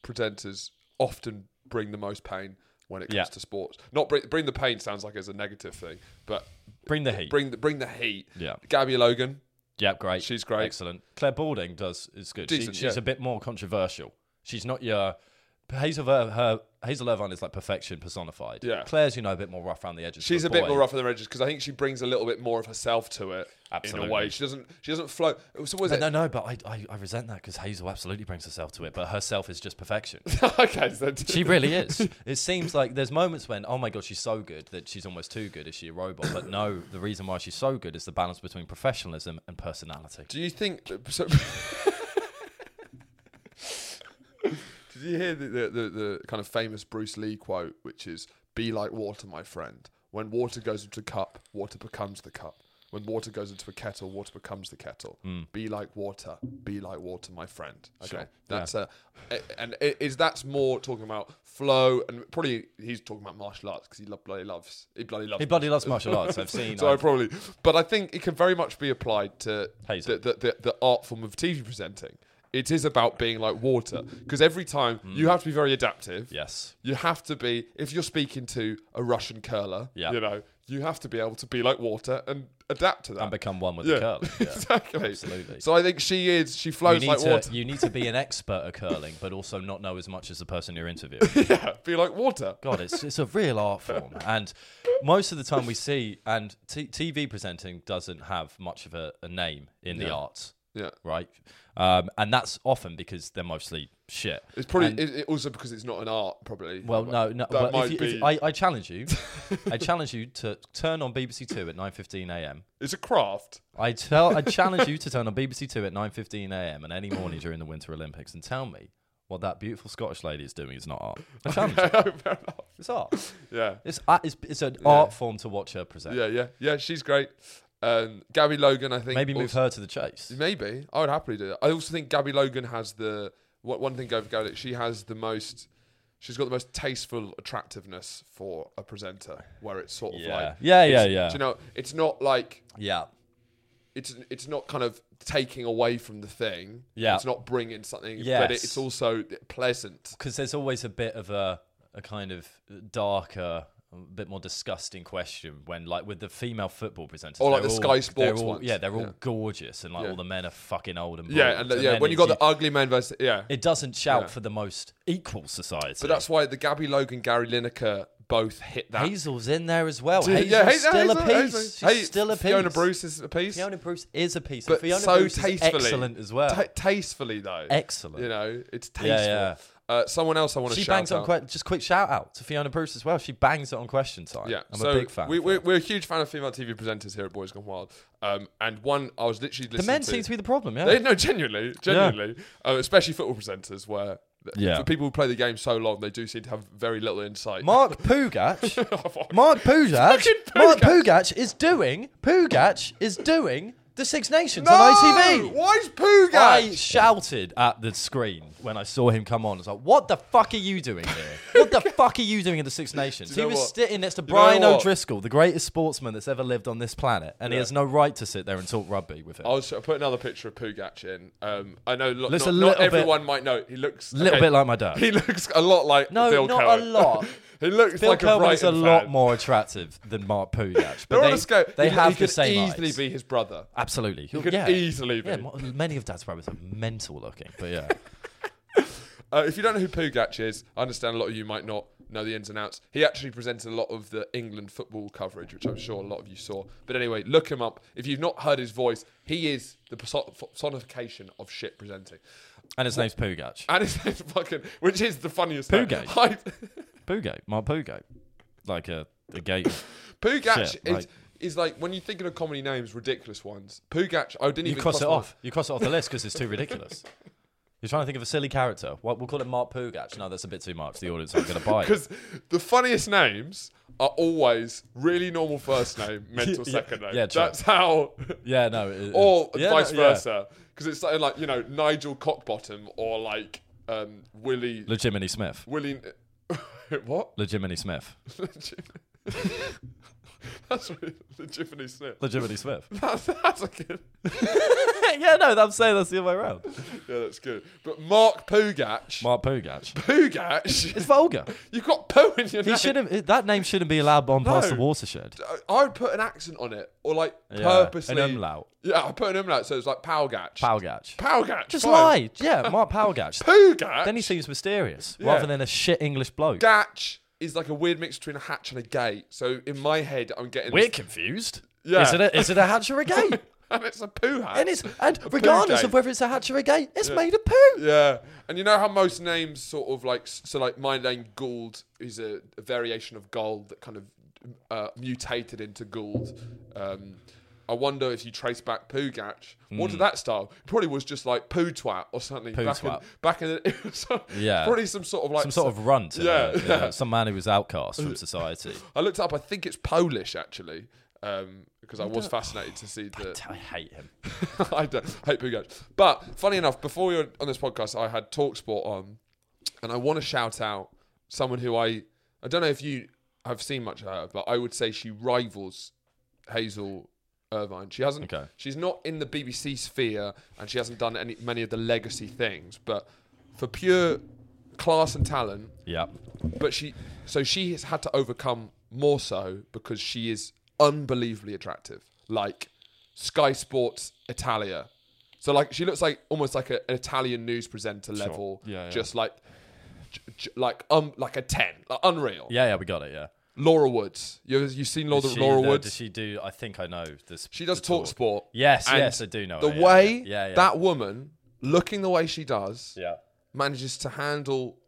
S1: presenters often bring the most pain when it comes
S2: Yeah.
S1: to sports. Not bring, bring the pain sounds like it's a negative thing, but
S2: Bring the heat.
S1: bring the bring the heat.
S2: yeah.
S1: Gabby Logan,
S2: Yep, great.
S1: She's great.
S2: Excellent. Claire Balding does is good. She-
S1: Decent,
S2: she's
S1: yeah.
S2: a bit more controversial. She's not your Hazel. Ir- Her Hazel Irvine is like perfection personified.
S1: Yeah.
S2: Claire's you know a bit more rough around the edges.
S1: she's
S2: but
S1: a bit
S2: boy-
S1: more rough on the edges because I think she brings a little bit more of herself to it in
S2: Absolutely.
S1: a way. She doesn't she doesn't float. So what was it?
S2: No, no, but I, I, I resent that because Hazel absolutely brings herself to it, but herself is just perfection.
S1: okay, so
S2: She really is. It seems like there's moments when, oh my god, she's so good that she's almost too good. Is she a robot? But no, the reason why she's so good is the balance between professionalism and personality.
S1: Do you think? So, did you hear the, the, the, the kind of famous Bruce Lee quote, which is "Be like water, my friend. When water goes into a cup, water becomes the cup. When water goes into a kettle, water becomes the kettle. Be like water. Be like water, my friend." Okay,
S2: Hmm. Sure.
S1: that's a, a- and it is that's more talking about flow, and probably he's talking about martial arts because he lo- bloody loves he bloody loves
S2: He bloody loves martial arts. I've seen.
S1: so I
S2: I've-
S1: probably, but I think it can very much be applied to
S2: Hazel.
S1: the, the, the, the art form of TV presenting. It is about being like water because every time
S2: Mm.
S1: you have to be very adaptive.
S2: yes.
S1: You have to be if you're speaking to a Russian curler.
S2: Yeah.
S1: You know, you have to be able to be like water and adapt to that.
S2: And become one with
S1: yeah.
S2: the curl. Yeah.
S1: exactly.
S2: Absolutely.
S1: So I think she is. She
S2: you
S1: flows
S2: need,
S1: like
S2: to,
S1: water.
S2: you need to be an expert at curling, but also not know as much as the person you're interviewing.
S1: yeah. Be like water.
S2: God, it's, it's a real art form. And most of the time we see, and t- TV presenting doesn't have much of a, a name in the
S1: Yeah.
S2: arts,
S1: Yeah.
S2: right? Um, and that's often because they're mostly shit.
S1: It's probably
S2: And-
S1: it, it also because it's not an art. Probably.
S2: Well, no, no.
S1: That
S2: Well,
S1: might
S2: if you,
S1: be.
S2: if, I, I challenge you. I challenge you to turn on BBC Two at nine fifteen a.m.
S1: it's a craft.
S2: I tell, I challenge you to turn on BBC Two at nine fifteen a.m. and any morning during the Winter Olympics and tell me what that beautiful Scottish lady is doing is not art. I challenge you.
S1: Fair enough.
S2: It's art.
S1: Yeah.
S2: It's art- it's, it's an art form to watch her present.
S1: Yeah, yeah, yeah. She's great. Um, Gabby Logan, I think.
S2: Maybe move
S1: also,
S2: her to the chase.
S1: Maybe I would happily do that. I also think Gabby Logan has the what one thing over Gaelic. She has the most. She's got the most tasteful attractiveness for a presenter, where it's sort of
S2: Yeah,
S1: like,
S2: yeah, yeah,
S1: it's-
S2: yeah.
S1: Do you know, it's not like
S2: yeah.
S1: it's it's not kind of taking away from the thing.
S2: Yeah.
S1: it's not bringing something. but it,
S2: Yes.
S1: it's also pleasant.
S2: because there's always a bit of a a kind of darker a bit more disgusting question when like with the female football presenters
S1: Or, like,
S2: they're
S1: the
S2: all-
S1: Sky Sports
S2: they're all-
S1: ones.
S2: yeah they're all
S1: Yeah.
S2: gorgeous and like
S1: Yeah.
S2: all the men are fucking old and
S1: Yeah,
S2: bald.
S1: and, uh, yeah.
S2: then
S1: When you
S2: it-
S1: got the ugly men versus yeah,
S2: it doesn't shout
S1: Yeah.
S2: for the most equal society.
S1: but that's why the Gabby Logan, Gary Lineker both hit that.
S2: Hazel's in there as well.
S1: Oh, Yeah,
S2: Hazel's
S1: Hazel-
S2: still a
S1: Hazel-
S2: piece.
S1: Hazel.
S2: She's
S1: Hey,
S2: still a piece.
S1: Fiona Bruce is a piece,
S2: Fiona Bruce is a piece.
S1: but
S2: Fiona
S1: so
S2: Bruce
S1: tastefully,
S2: is excellent as well.
S1: Ta- tastefully though,
S2: excellent.
S1: you know, it's tasteful.
S2: Yeah, yeah.
S1: Uh, someone else I want to
S2: she
S1: shout
S2: bangs
S1: out.
S2: on que- just quick shout out to Fiona Bruce as well. She bangs it on question time.
S1: Yeah,
S2: I'm
S1: so
S2: a big fan.
S1: We,
S2: of
S1: we're,
S2: her.
S1: we're a huge fan of female TV presenters here at Boys Gone Wild. Um, and one I was literally listening
S2: the men
S1: to.
S2: seem to be the problem. Yeah,
S1: They, no, genuinely, genuinely, uh, especially football presenters, where
S2: Yeah.
S1: for people who play the game so long, they do seem to have very little insight.
S2: Mark Pugach. Mark Pugach.
S1: Fucking
S2: Mark
S1: Pugac.
S2: Pugach is doing. Pugach is doing the Six Nations
S1: no!
S2: on ITV.
S1: Why is Pooh
S2: I
S1: guy?
S2: shouted at the screen when I saw him come on. I was like, "What the fuck are you doing here? What the fuck are you doing in the Six Nations?"
S1: you
S2: He
S1: know
S2: was
S1: what?
S2: sitting next to
S1: You know
S2: Brian
S1: what?
S2: O'Driscoll, the greatest sportsman that's ever lived on this planet, and he has no right to sit there and talk rugby with him.
S1: I'll, s- I'll put another picture of Pugac in. Um, I know lo-
S2: Looks
S1: not,
S2: a
S1: not
S2: little bit-
S1: everyone might know. He looks
S2: A little
S1: okay,
S2: bit like my dad.
S1: He looks a lot like
S2: No,
S1: Bill
S2: not a
S1: Cohen.
S2: lot.
S1: he looks
S2: Bill
S1: like a
S2: Cohen
S1: Brighton
S2: is a lot
S1: fan.
S2: more attractive than Mark Pugach, but
S1: They're
S2: they,
S1: on a scale.
S2: they
S1: he,
S2: have
S1: he
S2: the
S1: could
S2: same
S1: easily
S2: eyes.
S1: be his brother.
S2: Absolutely, he
S1: could
S2: yeah.
S1: easily be.
S2: Yeah, mo- many of Dad's brothers are mental looking, but yeah.
S1: Uh, if you don't know who Pugac is, I understand a lot of you might not know the ins and outs. He actually presented a lot of the England football coverage, which I'm sure a lot of you saw. But anyway, look him up. If you've not heard his voice, he is the perso- personification of shit presenting.
S2: and his name's Pugach.
S1: And his name's fucking, which is the funniest thing.
S2: Pugac.
S1: I-
S2: Pugo, Mark Pugo, like a, a gate.
S1: Pugac
S2: Shit,
S1: is.
S2: like-
S1: Is like when you think of comedy names, ridiculous ones. Pugac, I didn't
S2: You
S1: even
S2: cross, it
S1: my-
S2: off. You cross it off the list because it's too ridiculous. You're trying to think of a silly character. What we'll call it Mark Pugach. No, that's a bit too much. The audience aren't going to buy it.
S1: Because the funniest names are always really normal first name, mental
S2: Yeah,
S1: second name.
S2: yeah, true.
S1: That's how.
S2: Yeah, no. it- it-
S1: Or
S2: yeah,
S1: vice
S2: no, yeah.
S1: versa. Because it's something like, you know, Nigel Cockbottom or like um, Willie.
S2: Legimini Smith.
S1: Willie. what?
S2: Legimini Smith.
S1: That's really legitimately Smith.
S2: Legimini Smith.
S1: That's, that's a good.
S2: yeah, no, I'm saying that's the other way around.
S1: Yeah, that's good. But Mark Pugach.
S2: Mark Pugach.
S1: Pugach?
S2: It's vulgar.
S1: You've got poo in your
S2: He
S1: name.
S2: shouldn't. That name shouldn't be allowed on past the
S1: No.
S2: watershed.
S1: I- I would put an accent on it or like
S2: Yeah,
S1: purposely.
S2: an umlaut.
S1: Yeah, I put an umlaut so it's like Powgach.
S2: Palgach.
S1: Powgach.
S2: Just
S1: fine.
S2: lie. Yeah, Mark Palgach.
S1: Pugach.
S2: then he seems mysterious
S1: Yeah.
S2: rather than a shit English bloke.
S1: Gatch is like a weird mix between a hatch and a gate. So in my head, I'm getting.
S2: We're confused.
S1: Yeah.
S2: Is it a, is it a hatch or a gate?
S1: and it's a poo hatch.
S2: And it's and
S1: poo
S2: regardless
S1: gate.
S2: of whether it's a hatch or a gate, it's made of poo.
S1: Yeah, and you know how most names sort of like so like my name Gould is a, a variation of Gold that kind of uh, mutated into Gould. Um, I wonder if you trace back Poogatch, what did that style? It probably was just like poo twat or something
S2: Hmm. Poo
S1: back
S2: twat.
S1: in back in the, it was so-
S2: Yeah.
S1: probably some sort of like
S2: Some sort of runt. in
S1: Yeah,
S2: a- in a-
S1: yeah.
S2: some man who was outcast from society.
S1: I looked up. I think it's Polish actually, um, because I was fascinated to see the.
S2: I hate him.
S1: I don't hate Pugac. But funny enough, before we were on this podcast, I had Talksport on, and I want to shout out someone who I I don't know if you have seen much of her, but I would say she rivals Hazel Irvine. She hasn't.
S2: Okay.
S1: She's not in the BBC sphere, and she hasn't done any many of the legacy things. But for pure class and talent,
S2: Yeah.
S1: but she so she has had to overcome more so because she is unbelievably attractive like sky sports italia so like she looks like almost like a, an italian news presenter level
S2: Yeah, yeah.
S1: just like j- j- like um like a 10 like unreal
S2: Yeah, yeah, we got it, yeah.
S1: laura woods you you seen laura,
S2: Is she
S1: laura
S2: the-
S1: woods
S2: Does she do I think I know this
S1: she does
S2: the
S1: talk sport
S2: Yes,
S1: And
S2: yes, I do know.
S1: the
S2: her, yeah,
S1: way
S2: yeah, yeah, yeah.
S1: that woman looking the way she does
S2: Yeah.
S1: manages to handle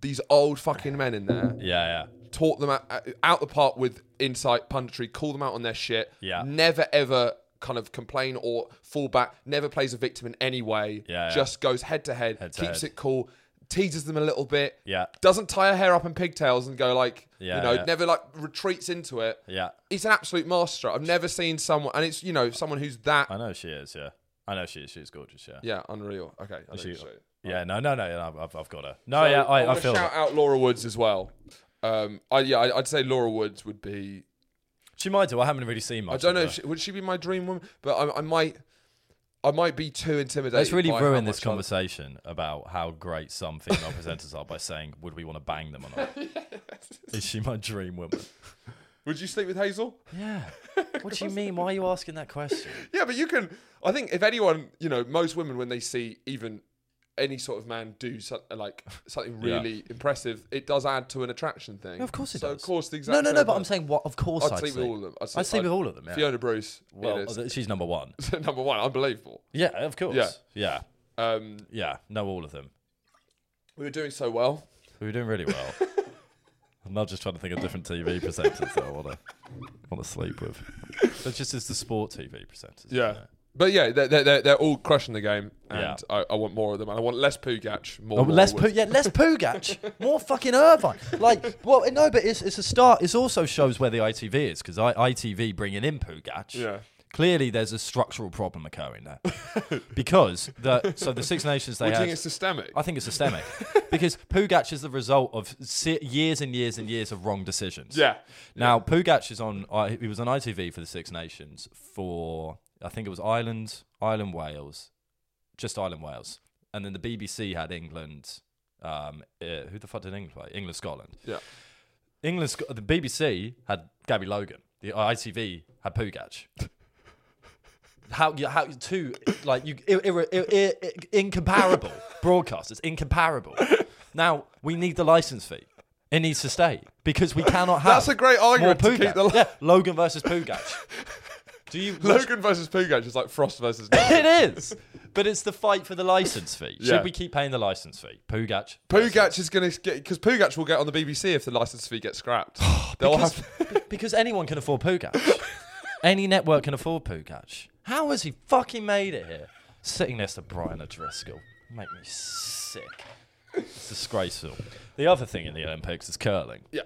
S1: these old fucking men in there
S2: Yeah, yeah.
S1: Talk them out, uh, out the park with insight, punditry, call them out on their shit.
S2: Yeah.
S1: Never ever kind of complain or fall back. Never plays a victim in any way.
S2: Yeah, yeah.
S1: Just goes head to head,
S2: Head to
S1: keeps
S2: head.
S1: it cool, teases them a little bit.
S2: Yeah.
S1: Doesn't tie her hair up in pigtails and go like,
S2: Yeah,
S1: you know,
S2: yeah.
S1: never like retreats into it.
S2: Yeah.
S1: He's an absolute master. I've never seen someone, and it's you know someone who's that.
S2: I know she is, yeah. I know she is. She's gorgeous, yeah.
S1: yeah, unreal. Okay, I
S2: She-
S1: need to show you.
S2: yeah, no, no, no, no, I've, I've got her. No,
S1: So,
S2: yeah, I, I
S1: wanna
S2: feel
S1: shout
S2: that.
S1: out Laura Woods as well. Um, I yeah, I, I'd say Laura Woods would be
S2: She might do. I haven't really seen much.
S1: I don't
S2: of
S1: know.
S2: her.
S1: If she, would she be my dream woman? But I, I might. I might be too intimidated.
S2: Let's really
S1: by how
S2: ruin this
S1: much I-
S2: conversation about how great some female presenters are by saying, would we want to bang them or not? Is she my dream woman?
S1: Would you sleep with Hazel?
S2: Yeah. What do you mean? Why are you asking that question?
S1: Yeah, but you can. I think if anyone, you know, most women when they see even any sort of man do so, like something
S2: Yeah.
S1: really impressive, it does add to an attraction thing.
S2: No, of course it
S1: so
S2: does.
S1: Of course, the exact.
S2: No, no, no.
S1: same
S2: But I'm
S1: person.
S2: saying, what? Of course,
S1: I'd
S2: I'd,
S1: sleep with all of them. I'd
S2: I'd sleep with all of them. Yeah.
S1: Fiona Bruce.
S2: well,
S1: Well,
S2: th- she's number one.
S1: number one, unbelievable.
S2: Yeah, of course.
S1: Yeah.
S2: Yeah, yeah,
S1: Um,
S2: yeah. No, all of them.
S1: we were doing so well.
S2: We were doing really well. I'm not just trying to think of different TV presenters that I want to want to sleep with. It's just as the sport TV presenters. you
S1: Yeah.
S2: know.
S1: But yeah, they're, they're, they're, they're all crushing the game, and
S2: Yeah.
S1: I, I want more of them, and I want less Pugach, more.
S2: Oh, less
S1: Norwood.
S2: poo, yeah, less Pugach, more fucking Irvine. Like, well, no, but it's, it's a start. It also shows where the ITV is because ITV bringing in Pugach.
S1: Yeah.
S2: Clearly, there's a structural problem occurring there because the so the Six Nations they
S1: What do you
S2: had.
S1: think it's systemic?
S2: I think it's systemic because Pugach is the result of se- years and years and years of wrong decisions.
S1: yeah.
S2: Now Pugach is on. I he was on ITV for the Six Nations for I think it was Ireland, Ireland, Wales, just Ireland, Wales, and then the BBC had England. Um, uh, who the fuck did England play? England, Scotland.
S1: Yeah.
S2: England. Sc- The BBC had Gabby Logan. The ITV had Pugach. How you how two like you ir- ir- ir- ir- ir- incomparable broadcasters incomparable. Now we need the license fee. It needs to stay because we cannot have.
S1: That's a great argument
S2: More
S1: to keep
S2: Pugac.
S1: the li-
S2: yeah, Logan versus Pugach. Do you?
S1: Logan versus Pugach is like Frost versus. Nelson.
S2: it is, but it's the fight for the license fee.
S1: Yeah.
S2: Should we keep paying the license fee? Pugach.
S1: Pugach is going to get because Pugach will get on the BBC if the license fee gets scrapped. They'll
S2: Because,
S1: have
S2: be- because anyone can afford Pugach. Any network can afford Pugach. How has he fucking made it here? Sitting next to Brian O'Driscoll. Make me sick. It's disgraceful. The other thing in the Olympics is curling.
S1: yeah,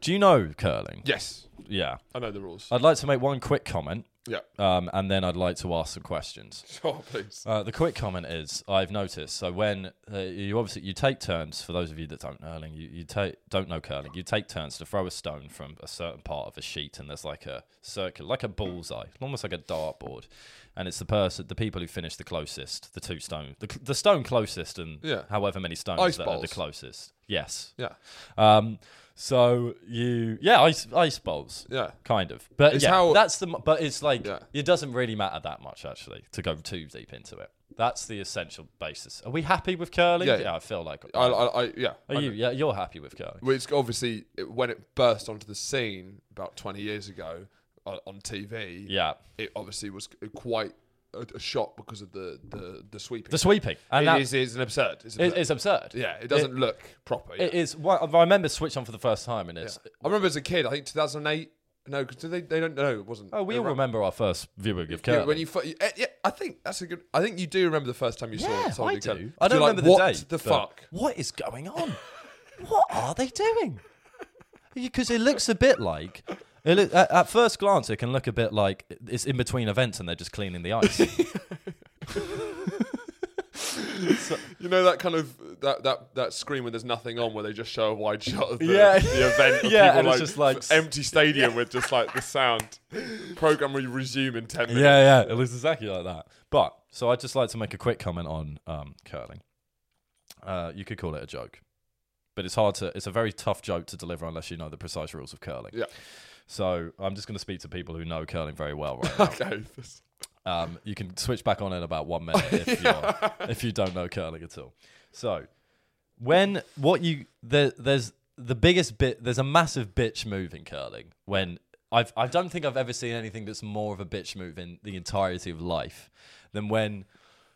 S2: Do you know curling?
S1: yes,
S2: Yeah.
S1: I know the rules.
S2: I'd like to make one quick comment,
S1: yeah,
S2: um, and then I'd like to ask some questions.
S1: sure, please.
S2: Uh, the quick comment is I've noticed. So when uh, you obviously you take turns for those of you that don't curling, you, you take don't know curling, you take turns to throw a stone from a certain part of a sheet, and there's like a circle, like a bullseye, almost like a dartboard, and it's the person, the people who finish the closest, the two stone, the, cl- the stone closest, and
S1: Yeah.
S2: however many stones
S1: Ice
S2: that are the
S1: bowls.
S2: closest. Yes.
S1: Yeah,
S2: Um. So you, yeah, ice ice bowls
S1: yeah.
S2: kind of but
S1: It's
S2: yeah
S1: how-
S2: that's the m- but it's like
S1: Yeah.
S2: it doesn't really matter that much actually to go too deep into it that's the essential basis are we happy with curling
S1: Yeah, yeah.
S2: i feel like
S1: I, I, I yeah.
S2: are
S1: I
S2: you
S1: know.
S2: yeah you're happy with curling
S1: Well, it's obviously it- when it burst onto the scene about 20 years ago on, on TV.
S2: yeah
S1: it obviously was quite a, a shock because of the the, the sweeping.
S2: the sweeping and
S1: it
S2: that
S1: is is an absurd. It's
S2: it-
S1: absurd.
S2: it's absurd
S1: yeah, it doesn't look proper. yeah.
S2: it is what i remember switch on for the first time and it's
S1: I remember as a kid, I think 2008. No, because they, they don't know. It wasn't.
S2: oh we
S1: it
S2: all
S1: ra-
S2: remember our first viewing of
S1: Yeah,
S2: curling
S1: when you fu- eh, yeah, I think that's a good. I think you do remember the first time you saw
S2: yeah,
S1: saw
S2: I
S1: it again.
S2: do.
S1: 'Cause
S2: I don't
S1: you're like,
S2: remember the
S1: what
S2: day.
S1: The
S2: but
S1: fuck.
S2: What is going on? what are they doing? Because it looks a bit like. It look, at, at first glance, it can look a bit like it's in between events and they're just cleaning the ice.
S1: You know that kind of that that that screen when there's nothing on, where they just show a wide shot of the,
S2: Yeah.
S1: the event. Of
S2: Yeah,
S1: people
S2: and it's
S1: like,
S2: just like
S1: f-
S2: s-
S1: empty stadium with just like the sound. Program will resume in ten minutes.
S2: yeah, yeah, it looks exactly like that. But so I'd just like to make a quick comment on um, curling. Uh, you could call it a joke, but it's hard to. It's a very tough joke to deliver unless you know the precise rules of curling.
S1: Yeah.
S2: So I'm just going to speak to people who know curling very well right now.
S1: Okay.
S2: Um, you can switch back on in about one minute if, you're, if you don't know curling at all. So, when what you there, there's the biggest bit there's a massive bitch move in curling. When I've I don't think I've ever seen anything that's more of a bitch move in the entirety of life than when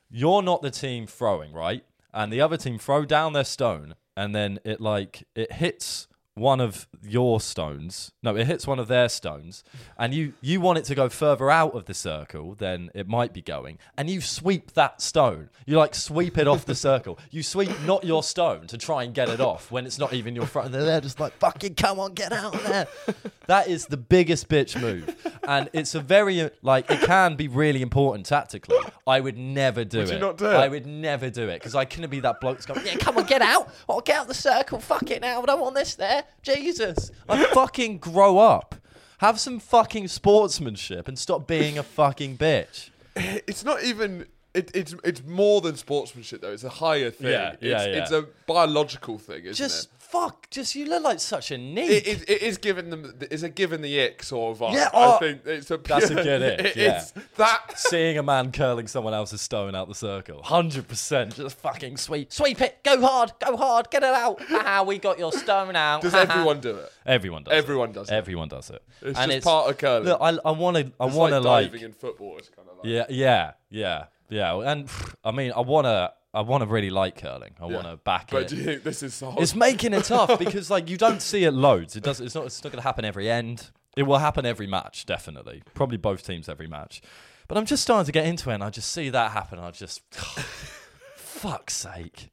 S2: you're not the team throwing right, and the other team throw down their stone, and then it like it hits one of your stones. No, it hits one of their stones, and you you want it to go further out of the circle than it might be going, and you sweep that stone. You like sweep it off the circle. You sweep not your stone to try and get it off when it's not even your front. And they're there just like fucking come on, get out of there. That is the biggest bitch move, and it's a very like it can be really important tactically. I would never do
S1: you
S2: it.
S1: not do it?
S2: I would never do it because I couldn't be that bloke that's going, yeah, come on, get out. Oh, get out the circle. Fuck it now. I don't want this there. Jesus. I fucking grow up. Have some fucking sportsmanship and stop being a fucking bitch.
S1: it's not even. It, it's it's more than sportsmanship though. It's a higher thing.
S2: Yeah,
S1: it's,
S2: yeah, yeah.
S1: it's a biological thing, isn't
S2: Just fuck. Just you look like such a neat.
S1: it? It, it, it is giving them. It's a giving the ick sort of vibe.
S2: Yeah, oh,
S1: I think it's a.
S2: that's a
S1: pure-
S2: good ick,
S1: it-
S2: yeah.
S1: It's that.
S2: Seeing a man curling someone else's stone out the circle, hundred percent, just fucking sweep, sweep it, go hard, go hard, get it out. Haha, Ah, we got your stone out.
S1: Does
S2: Haha.
S1: everyone do it?
S2: Everyone does.
S1: Everyone does
S2: It.
S1: it.
S2: Everyone does it.
S1: It's just part of curling.
S2: Look, I, I want to. I
S1: It's
S2: want to like.
S1: diving in football. It's kind of like.
S2: yeah, yeah, yeah, yeah. And pff, I mean, I want to. I want to really like curling. I want to back
S1: But
S2: it.
S1: do you think this is the whole?
S2: It's making it tough because like you don't see it loads. It does. It's not. It's not going to happen every end. It will happen every match, definitely. Probably both teams every match. But I'm just starting to get into it, and I just see that happen. and I just, fuck's sake,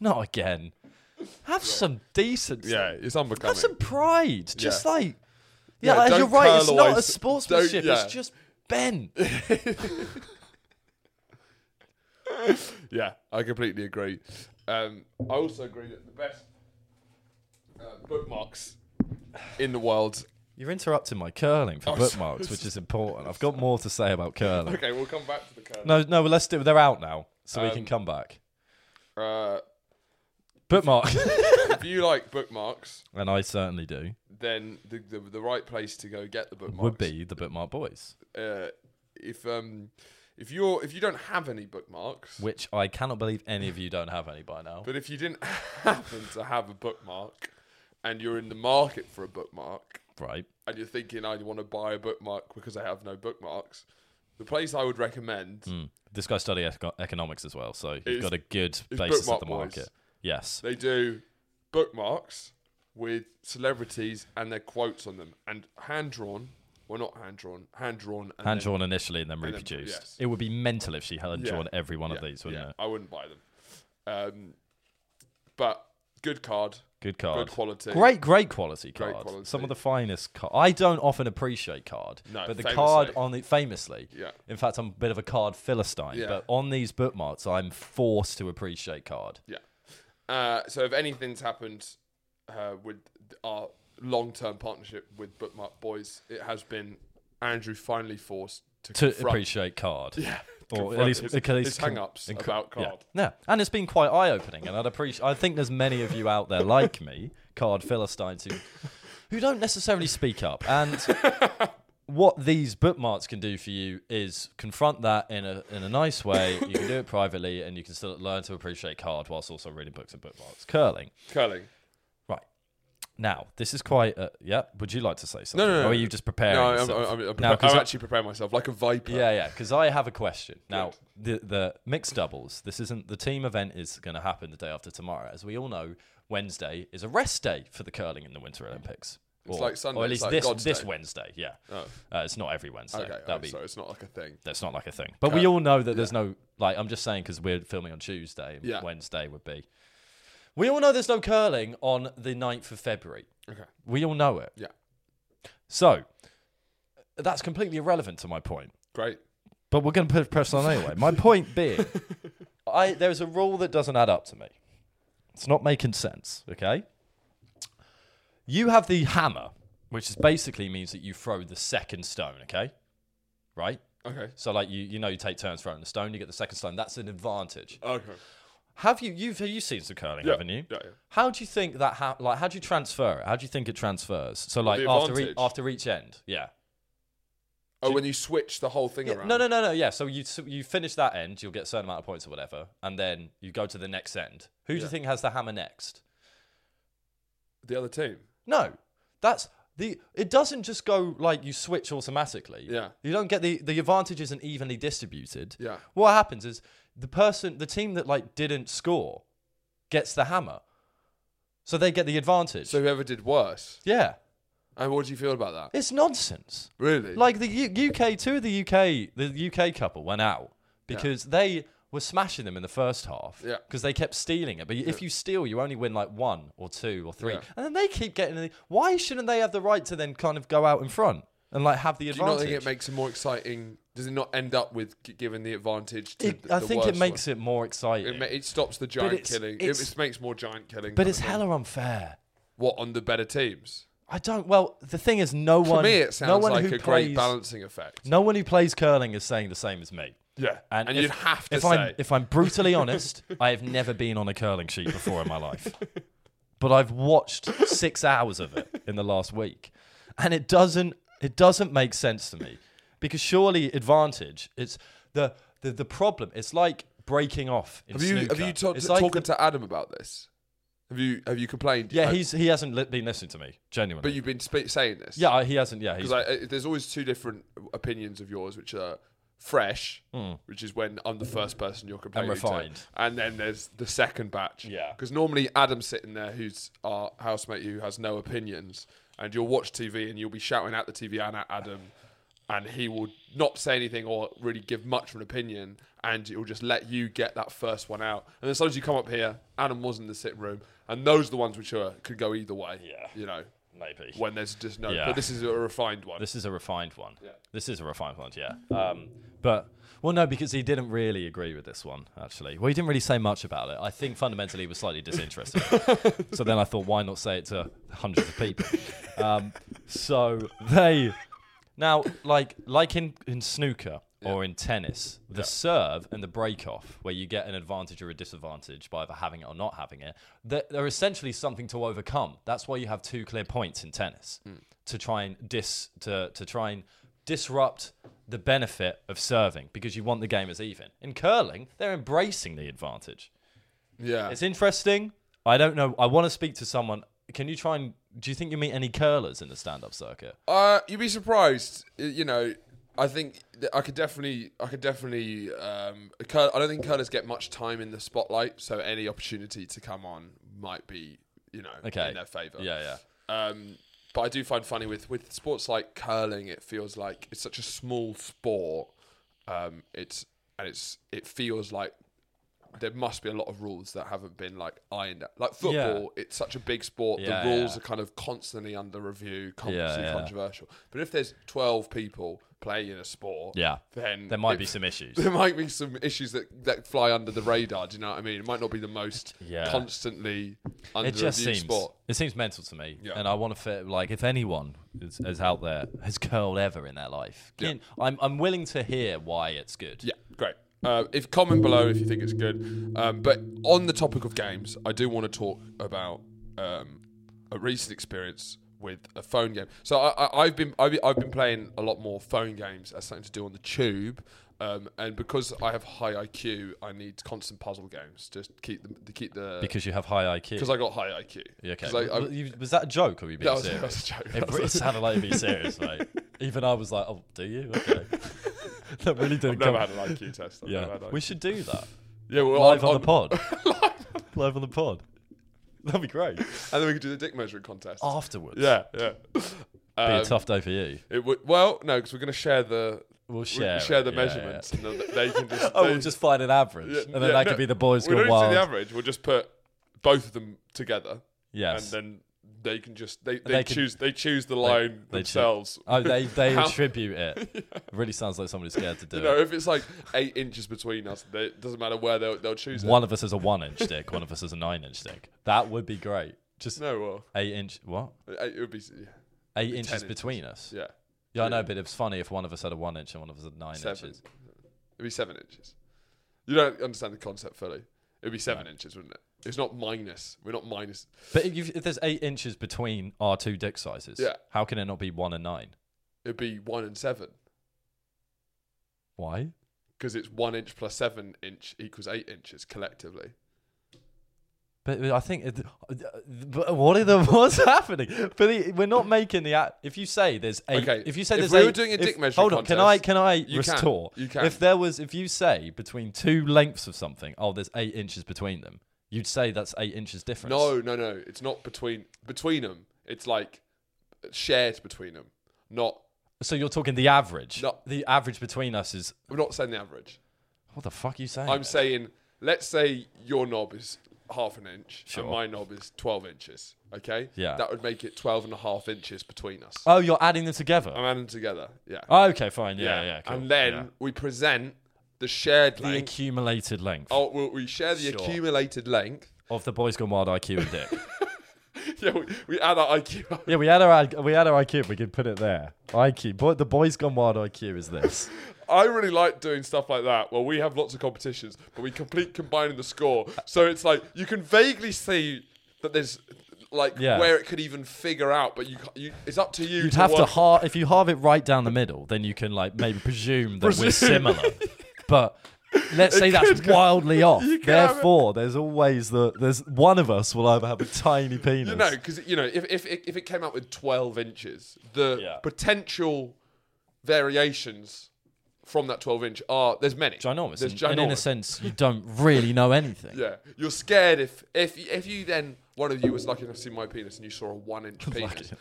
S2: not again. Have some decency.
S1: yeah, it's unbecoming.
S2: Have some pride. Just
S1: Yeah.
S2: like, yeah,
S1: Yeah,
S2: like,
S1: don't
S2: you're right. It's
S1: curl
S2: not
S1: away
S2: a
S1: s- don't-
S2: sportsmanship.
S1: yeah.
S2: It's just bent.
S1: Yeah, I completely agree. Um, I also agree that the best uh, bookmarks in the world.
S2: You're interrupting my curling
S1: Oh,
S2: for bookmarks, which is important. I've got more to say about curling.
S1: Okay, we'll come back to the curling.
S2: No, no, well, let's do. They're out now, so
S1: Um,
S2: we can come back.
S1: Uh,
S2: Bookmark.
S1: if you like bookmarks,
S2: and I certainly do.
S1: then the, the the right place to go get the bookmarks
S2: Would be the Bookmark Boys,
S1: uh, if um if you're if you don't have any bookmarks,
S2: which I cannot believe any of you don't have any by now.
S1: but if you didn't happen to have a bookmark, and you're in the market for a bookmark,
S2: Right.
S1: and you're thinking I want to buy a bookmark because I have no bookmarks, the place I would recommend
S2: Mm. This guy studied eco- economics as well, so he's
S1: It's-
S2: got a good basis of
S1: Bookmark
S2: the
S1: Boys.
S2: market. Yes.
S1: They do bookmarks with celebrities and their quotes on them, and hand drawn. Well, not hand drawn, hand drawn. and
S2: Hand
S1: then-
S2: drawn initially and then
S1: then-
S2: reproduced.
S1: yes.
S2: It would be mental if she hand
S1: Yeah.
S2: drawn every one of
S1: Yeah,
S2: these, wouldn't
S1: yeah,
S2: it?
S1: I wouldn't buy them. Um, but good card,
S2: Good card.
S1: good quality.
S2: Great, great quality
S1: Great
S2: card.
S1: quality.
S2: Some of the finest card. I don't often appreciate card,
S1: No,
S2: but the
S1: famously.
S2: card on it famously.
S1: Yeah.
S2: In fact, I'm a bit of a card philistine,
S1: Yeah.
S2: but on these bookmarks, I'm forced to appreciate card.
S1: Yeah. Uh, so if anything's happened uh, with our long-term partnership with Bookmark Boys, it has been Andrew finally forced to,
S2: To
S1: confront-
S2: appreciate card.
S1: yeah,
S2: Or at
S1: confront
S2: least,
S1: his,
S2: at least
S1: his
S2: con-
S1: hang-ups
S2: and co-
S1: about
S2: yeah.
S1: card.
S2: Yeah, and it's been quite eye-opening, and I'd appreciate. I think there's many of you out there like me, card philistines, who, who don't necessarily speak up. And what these bookmarks can do for you is confront that in a in a nice way. You can do it privately, and you can still learn to appreciate card whilst also reading books and bookmarks. Curling,
S1: Curling.
S2: right? Now, this is quite. A, yeah, would you like to say something?
S1: No, no, no.
S2: Or are you just preparing?
S1: No, I'm, I'm,
S2: yourself?
S1: I'm, I'm,
S2: Now,
S1: prepar-
S2: 'cause
S1: I'm
S2: I-
S1: actually preparing myself like a viper.
S2: Yeah, yeah. Because I have a question now. The the mixed doubles. This isn't the team event is going to happen the day after tomorrow. As we all know, Wednesday is a rest day for the curling in the Winter Olympics. It's
S1: like Sunday,
S2: or at
S1: it's
S2: least
S1: like
S2: this
S1: God's
S2: this
S1: Day.
S2: Wednesday. Yeah,
S1: Oh.
S2: uh, it's not every Wednesday.
S1: Okay,
S2: That'd
S1: oh,
S2: be
S1: so it's not like a thing.
S2: that's not like a thing. But we all know that there's no like. I'm just saying because we're filming on Tuesday. And
S1: Yeah.
S2: Wednesday would be. We all know there's no curling on the 9th of February.
S1: Okay.
S2: We all know it.
S1: Yeah.
S2: So that's completely irrelevant to my point
S1: Great.
S2: but we're going to put press on anyway. My point being, I there is a rule that doesn't add up to me. It's not making sense. Okay. You have the hammer, which is basically means that you throw the second stone. Okay, right.
S1: Okay.
S2: So like you you know you take turns throwing the stone. You get the second stone. That's an advantage.
S1: Okay.
S2: Have you you've you've seen some curling,
S1: Yeah.
S2: haven't you?
S1: Yeah, yeah.
S2: How do you think that ha- like how do you transfer it? How do you think it transfers? So like
S1: the
S2: after e-
S1: advantage?
S2: after each end, yeah.
S1: Oh, when you switch the whole thing
S2: Yeah,
S1: around.
S2: no, no, no, no. Yeah. So you so you finish that end, you'll get a certain amount of points or whatever, and then you go to the next end. Who do you
S1: Yeah.
S2: think has the hammer next?
S1: The other team.
S2: No, that's the. It doesn't just go like you switch automatically.
S1: Yeah.
S2: You don't get the the advantage isn't evenly distributed.
S1: Yeah.
S2: What happens is the person, the team that like didn't score, gets the hammer, so they get the advantage.
S1: So whoever did worse.
S2: yeah,
S1: And what do you feel about that?
S2: it's nonsense.
S1: Really?
S2: Like the U- UK, two of the UK, the UK couple went out because they were smashing them in the first half.
S1: Yeah.
S2: Because they kept stealing it. But if you steal, you only win like one or two or three,
S1: Yeah.
S2: and then they keep getting. The, why shouldn't they have the right to then kind of go out in front and like have the
S1: do you not
S2: advantage?
S1: think it makes it more exciting? Does it not end up with g- giving the advantage to
S2: It-
S1: th-
S2: I
S1: the
S2: think
S1: worst
S2: it makes it more exciting.
S1: one? It, ma- it stops the giant
S2: it's-
S1: killing.
S2: it's-
S1: it just makes more giant killing.
S2: but
S1: kind
S2: it's
S1: of thing.
S2: hella unfair.
S1: What on the better teams?
S2: I don't. Well, the thing is, no
S1: For
S2: one.
S1: me, it sounds
S2: no one
S1: like
S2: who
S1: a
S2: plays,
S1: great balancing effect.
S2: No one who plays curling is saying the same as me.
S1: Yeah, and,
S2: if-
S1: you'd have to
S2: if
S1: say
S2: I'm if I'm brutally honest, I have never been on a curling sheet before in my life, but I've watched six hours of it in the last week, and it doesn't it doesn't make sense to me because surely advantage it's the the, the problem. It's like breaking off. In
S1: have you have
S2: snooker.
S1: you talked
S2: It's
S1: to,
S2: like
S1: talking
S2: the-
S1: to Adam about this? Have you have you complained?
S2: yeah,
S1: Uh,
S2: he's he hasn't li- been listening to me genuinely.
S1: but you've been spe- saying this.
S2: yeah, he hasn't. Yeah, he's,
S1: because uh, there's always two different opinions of yours, which are fresh, which is when I'm the first person you're complaining
S2: Hmm. refined.
S1: to, and then there's the second batch.
S2: Yeah.
S1: because normally Adam's sitting there, who's our housemate who has no opinions, and you'll watch TV and you'll be shouting at the TV and at Adam, and he will not say anything or really give much of an opinion, and it will just let you get that first one out. And then as soon as you come up here, Adam was in the sitting room, and those are the ones which are, could go either way.
S2: Yeah.
S1: you know.
S2: maybe.
S1: When there's just no,
S2: Yeah.
S1: but this is a refined one.
S2: This is a refined one. This is a refined one, yeah. Um, but, well, no, because he didn't really agree with this one, actually. Well, he didn't really say much about it. I think fundamentally he was slightly disinterested. so then I thought, why not say it to hundreds of people? Um, so they, now, like, like in, in snooker or in tennis, the serve and the break off, where you get an advantage or a disadvantage by either having it or not having it, they're, they're essentially something to overcome. That's why you have two clear points in tennis to try and dis to, to try and disrupt the benefit of serving because you want the game as even. In curling, they're embracing the advantage.
S1: Yeah.
S2: It's interesting. I don't know. I want to speak to someone. Can you try and do you think you meet any curlers in the stand-up circuit?
S1: Uh, you'd be surprised. Y- You know, I think that I could definitely, I could definitely. Um, cur- I don't think curlers get much time in the spotlight, so any opportunity to come on might be, you know,
S2: Okay.
S1: in their favour.
S2: Yeah, yeah.
S1: Um, but I do find funny with with sports like curling, it feels like it's such a small sport. Um, it's and it's it feels like there must be a lot of rules that haven't been like ironed out. Like football, it's such a big sport.
S2: Yeah,
S1: the rules
S2: yeah.
S1: are kind of constantly under review,
S2: Yeah,
S1: constantly
S2: yeah.
S1: controversial. But if there's twelve people playing in a sport,
S2: Yeah.
S1: then
S2: There might
S1: it-
S2: be some issues.
S1: There might be some issues that, that fly under the radar. Do you know what I mean? It might not be the most
S2: Yeah.
S1: constantly under
S2: It just
S1: review
S2: seems
S1: sport.
S2: it seems mental to me,
S1: Yeah.
S2: and I want to fit like if anyone is, is out there has curled ever in their life, can- I'm I'm willing to hear why it's good.
S1: Yeah, great. Uh, if comment below if you think it's good. Um, but on the topic of games, I do want to talk about um, a recent experience with a phone game. So I, I, I've been I've, been- I've been playing a lot more phone games as something to do on the tube. Um, and because I have high IQ, I need constant puzzle games to keep the to keep the
S2: because you have high IQ.
S1: because I got high IQ.
S2: Yeah, Okay.
S1: 'Cause I- I-
S2: Well, you- was that a joke or were you being
S1: That was- that
S2: serious?
S1: was a joke.
S2: It, it sounded like you being serious, mate. Even I was like, oh, do you? Okay. that really didn't
S1: I've
S2: come.
S1: never had an IQ test. I've never
S2: yeah.
S1: had an
S2: We
S1: IQ.
S2: should do that.
S1: yeah, well,
S2: Live
S1: on-
S2: on, the pod. Live on the pod. That'd be great.
S1: and then we could do the dick measuring contest.
S2: Afterwards.
S1: Yeah, yeah.
S2: Oh. Be
S1: Um,
S2: a tough day for you.
S1: It would well, no, because we're going to share the
S2: We'll
S1: we
S2: share.
S1: share
S2: it.
S1: the
S2: Yeah, yeah.
S1: measurements, and then they can just.
S2: Oh,
S1: they-
S2: we'll just find an average.
S1: yeah,
S2: and then
S1: yeah,
S2: that
S1: no,
S2: could be the boys
S1: We
S2: go
S1: don't need to do the
S2: wild.
S1: average. We'll just put both of them together, and
S2: Yes.
S1: then they can just they, they,
S2: they can-
S1: choose they choose the line
S2: they choo-
S1: themselves.
S2: Oh, they, they
S1: How-
S2: attribute it. Really sounds like somebody's scared to do
S1: you know,
S2: it.
S1: if it's like eight inches between us, they, it doesn't matter where they'll, they'll choose it.
S2: One of us is a one inch stick, one of us is a nine inch stick. That would be great. Just
S1: No,
S2: eight inch. What?
S1: well, it would be yeah,
S2: Eight
S1: be 10
S2: inches
S1: inches.
S2: between us.
S1: yeah,
S2: Yeah, I know, but it was funny if one of us had a one inch and one of us had nine
S1: seven.
S2: inches.
S1: It'd be seven inches. You don't understand the concept fully. It'd be seven inches, wouldn't it? It's not minus. We're not minus.
S2: But if, you've, if there's eight inches between our two dick sizes,
S1: Yeah.
S2: how can it not be one and nine?
S1: It'd be one and seven.
S2: Why?
S1: because it's one inch plus seven inch equals eight inches collectively.
S2: But I think, it, but what are the what's happening? But the, we're not making the act. If you say there's eight,
S1: Okay,
S2: if you say
S1: if
S2: there's
S1: we were
S2: eight-
S1: doing a
S2: if-
S1: dick measuring
S2: hold on, can I
S1: contest,
S2: can I
S1: you can,
S2: restore?
S1: you can.
S2: If there was, if you say between two lengths of something, oh, there's eight inches between them, you'd say that's eight inches difference.
S1: No, no, no. It's not between between them. It's like shared between them. Not
S2: so you're talking the average.
S1: No.
S2: The average between us is
S1: I'm not saying the average.
S2: what the fuck are you saying?
S1: I'm saying let's say your knob is half an inch
S2: Sure.
S1: and my knob is 12 inches. Okay.
S2: Yeah.
S1: That would make it 12 and a half inches between us.
S2: Oh, you're adding them together.
S1: I'm adding together. Yeah.
S2: Oh, okay, fine. Yeah, yeah. cool.
S1: And then
S2: Yeah.
S1: we present the shared
S2: the
S1: length.
S2: accumulated length
S1: Oh, well, we share the
S2: Sure.
S1: accumulated length.
S2: of the boys gone wild IQ and dick.
S1: yeah, we, we add our IQ up.
S2: Yeah, we had our we had our IQ. We could put it there. IQ. Boy, the boys gone wild IQ is this.
S1: I really like doing stuff like that where we have lots of competitions, but we complete combining the score. So it's like you can vaguely see that there's like
S2: Yeah.
S1: where it could even figure out, but you, ca- you it's up to you.
S2: You'd have to
S1: work-
S2: halve if you halve it right down the middle, then you can like maybe presume that we're similar. But let's say that's wildly off.
S1: You can have it.
S2: Therefore, there's always the there's one of us will either have a tiny penis.
S1: you know because you know if if it- if it came out with twelve inches, the
S2: Yeah.
S1: potential variations from that twelve inch are there's many.
S2: ginormous.
S1: There's
S2: And, and in a sense, you don't really know anything.
S1: Yeah, you're scared if if if you then one of you was lucky enough to see my penis and you saw a one inch penis,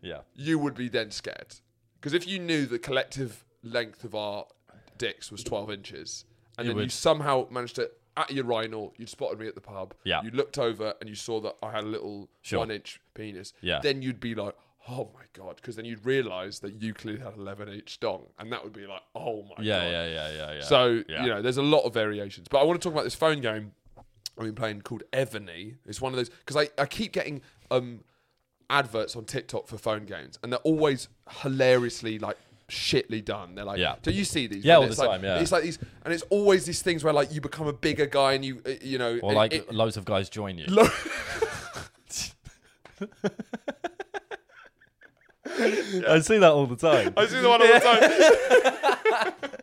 S2: yeah.
S1: you would be then scared because if you knew the collective length of our dicks was 12 inches and then you
S2: would.
S1: somehow managed to at your urinal you'd spotted me at the pub
S2: Yeah.
S1: you looked over and you saw that i had a little
S2: Sure.
S1: one inch penis
S2: Yeah.
S1: then you'd be like oh my god because then you'd realize that you clearly had 11 inch dong and that would be like oh my
S2: Yeah,
S1: god
S2: yeah, yeah, yeah, yeah.
S1: so
S2: yeah.
S1: you know, there's a lot of variations. But I want to talk about this phone game I've been playing called Evony. It's one of those because I, I keep getting um adverts on TikTok for phone games, and they're always hilariously like shitly done. They're like,
S2: Yeah.
S1: do you see these?
S2: Yeah,
S1: And
S2: all
S1: it's
S2: the
S1: like-
S2: time, yeah.
S1: it's like these, and it's always these things where like you become a bigger guy and you uh, you know
S2: or
S1: and
S2: like
S1: it-
S2: loads of guys join you.
S1: Lo-
S2: I see that all the time.
S1: I see the one all the time.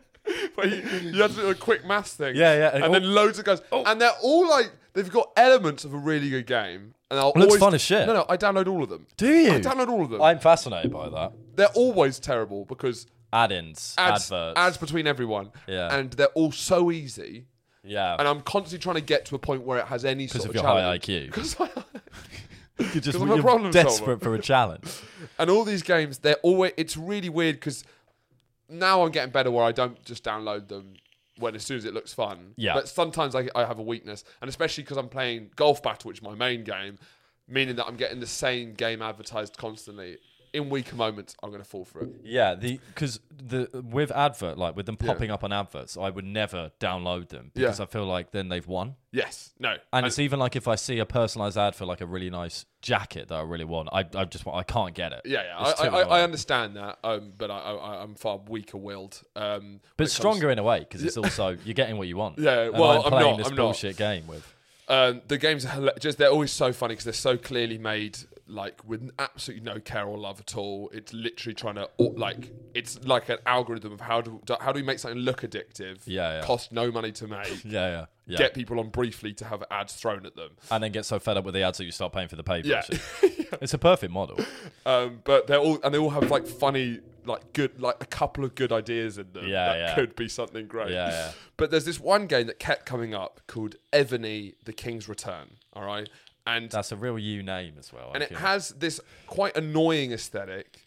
S1: But you, you had to do a quick maths thing.
S2: Yeah, yeah.
S1: And,
S2: Oh.
S1: then loads of guys. And they're all like, they've got elements of a really good game. And I'll
S2: Looks
S1: always,
S2: fun as shit.
S1: No, no, I download all of them.
S2: Do you?
S1: I download all of them.
S2: I'm fascinated by that.
S1: they're always terrible because
S2: Add-ins,
S1: ads,
S2: adverts.
S1: ads between everyone.
S2: Yeah.
S1: And they're all so easy.
S2: yeah.
S1: And I'm constantly trying to get to a point where it has any sort
S2: of
S1: of
S2: your high
S1: challenge.
S2: IQ.
S1: 'Cause I-
S2: you're just
S1: 'Cause I'm a
S2: you're
S1: problem solver.
S2: desperate for a challenge.
S1: and all these games, they're always. It's really weird because now I'm getting better where I don't just download them when as soon as it looks fun.
S2: Yeah.
S1: But sometimes I, I have a weakness, and especially because I'm playing Golf Battle, which is my main game, meaning that I'm getting the same game advertised constantly. In weaker moments, I'm going to fall for it.
S2: Yeah, the because the with advert like with them popping up on adverts, I would never download them because
S1: Yeah.
S2: I feel like then they've won.
S1: Yes. No.
S2: And it's even like if I see a personalized ad for like a really nice jacket that I really want, I, I just want, I can't get it.
S1: yeah, yeah.
S2: It's
S1: I, I,
S2: too
S1: I, I
S2: annoying.
S1: understand that, um, but I, I, I'm far weaker willed. Um, when it
S2: but
S1: comes-
S2: stronger in a way because it's also you're getting what you want.
S1: Yeah,
S2: And
S1: well,
S2: I'm
S1: I'm
S2: playing
S1: not,
S2: this
S1: I'm not.
S2: bullshit game with.
S1: Um, the games are hila- just they're always so funny because they're so clearly made like with absolutely no care or love at all. It's literally trying to or- like it's like an algorithm of how do do- how do we make something look addictive?
S2: Yeah, yeah.
S1: cost no money to make.
S2: Yeah, yeah, yeah.
S1: Get people on briefly to have ads thrown at them.
S2: and then get so fed up with the ads that you start paying for the pay.
S1: Yeah.
S2: it's a perfect model.
S1: Um, but they're all and they all have like funny, like good, like a couple of good ideas in them
S2: Yeah,
S1: that
S2: yeah.
S1: could be something great.
S2: Yeah, yeah.
S1: But there's this one game that kept coming up called Evony: The King's Return. All right, and
S2: That's a real you name as well. I
S1: and it
S2: feel.
S1: has this quite annoying aesthetic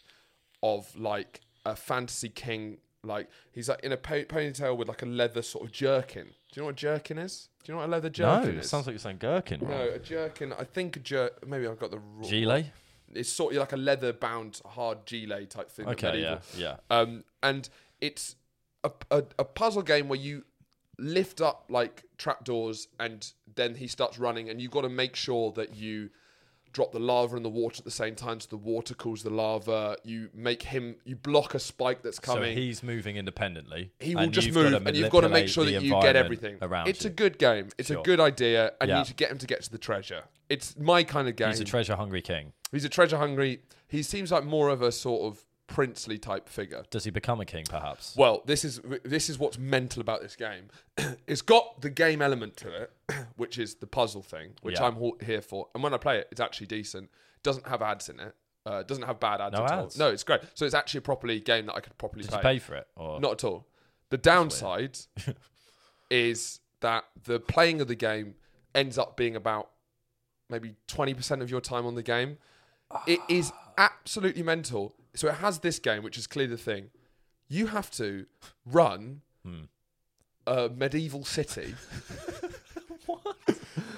S1: of like a fantasy king like he's like in a po- ponytail with like a leather sort of jerkin do you know what a jerkin is do you know what a leather
S2: no,
S1: jerkin
S2: it
S1: is
S2: sounds like you're saying gherkin.
S1: no
S2: No,
S1: a jerkin i think a jerk maybe i've got the wrong
S2: gilet.
S1: it's sort of like a leather bound hard gilet type thing that
S2: Okay, yeah,
S1: medieval-
S2: yeah.
S1: um, and it's a, a, a puzzle game where you lift up like trapdoors and then he starts running and you've got to make sure that you drop the lava in the water at the same time so the water cools the lava you make him you block a spike that's coming
S2: So he's moving independently.
S1: he
S2: and
S1: will just
S2: you've gotta
S1: move, and you've got to make
S2: manipulate
S1: sure
S2: the
S1: that you get
S2: environment
S1: everything
S2: around.
S1: It's
S2: you.
S1: a good game. It's a
S2: Sure.
S1: good idea, and you
S2: Yeah.
S1: need to get him to get to the treasure. It's my kind of game.
S2: He's a treasure-hungry king.
S1: He's a treasure hungry. He seems like more of a sort of princely type figure.
S2: Does he become a king, perhaps?
S1: Well, this is this is what's mental about this game. it's got the game element to it, which is the puzzle thing, which
S2: Yeah.
S1: I'm ho- here for. And when I play it, it's actually decent. Doesn't have ads in it. Uh, doesn't have bad ads
S2: No
S1: at
S2: ads?
S1: all. No, it's great. So it's actually a properly game that I could properly
S2: Did
S1: play.
S2: you pay for it? Or
S1: Not at all. The downside is that the playing of the game ends up being about maybe 20% of your time on the game. It is absolutely mental. So it has this game, which is clearly the thing. You have to run a medieval city.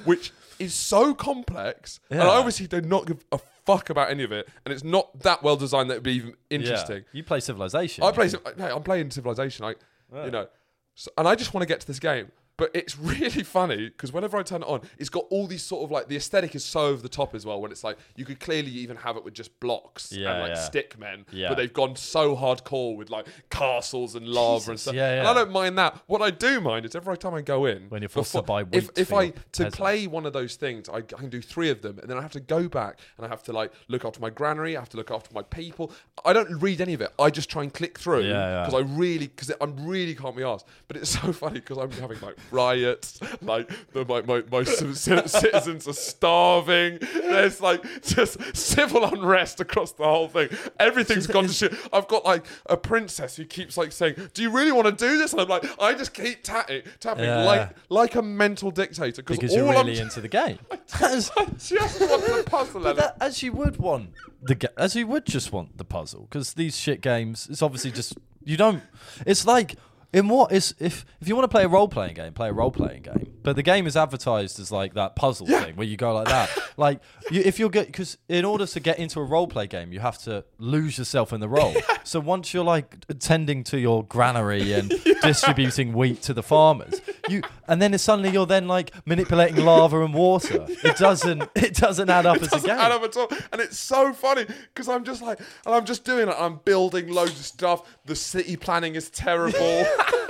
S1: Which is so complex. And
S2: Yeah.
S1: I obviously do not give a fuck about any of it. And it's not that well designed that it'd be even
S2: Yeah.
S1: interesting.
S2: You play Civilization.
S1: I play. Civ- Hey, I'm playing Civilization. Like, you know, so, and I just want to get to this game. But it's really funny because whenever I turn it on, it's got all these sort of like the aesthetic is so over the top as well. When it's like you could clearly even have it with just blocks and
S2: Yeah,
S1: like
S2: yeah.
S1: stick men,
S2: Yeah.
S1: but they've gone so hardcore with like castles and lava and
S2: Jesus,
S1: stuff.
S2: yeah,
S1: And
S2: yeah.
S1: I don't mind that. What I do mind is every time I go in,
S2: When you're forced to buy wheat
S1: if, if
S2: for
S1: I
S2: your
S1: to
S2: peasants.
S1: play one of those things, I, I can do three of them, and then I have to go back and I have to like look after my granary, I have to look after my people. I don't read any of it. I just try and click through because
S2: Yeah, yeah.
S1: I really because I'm really can't be asked. But it's so funny because I'm having like riots, like the, my my, my ci- ci- citizens are starving. There's like just civil unrest across the whole thing. Everything's gone to shit. I've got like a princess who keeps like saying, "Do you really want to do this?" And I'm like, I just keep tapping, tapping
S2: Yeah.
S1: like like a mental dictator
S2: because
S1: all
S2: you're
S1: I'm
S2: really into the game. As-
S1: I just want the puzzle
S2: but
S1: element.
S2: that, as you would want the ga- as you would just want the puzzle because these shit games, it's obviously just you don't. It's like in what is if if you want to play a role playing game, play a role playing game. But the game is advertised as like that puzzle thing where you go like that. like you, if you're good because in order to get into a role play game, you have to lose yourself in the role. So once you're like attending to your granary and distributing wheat to the farmers, you and then it's suddenly you're then like manipulating lava and water. It doesn't it doesn't add up as a
S1: doesn't
S2: game.
S1: add up at all. And it's so funny because I'm just like, and I'm just doing it. I'm building loads of stuff. The city planning is terrible.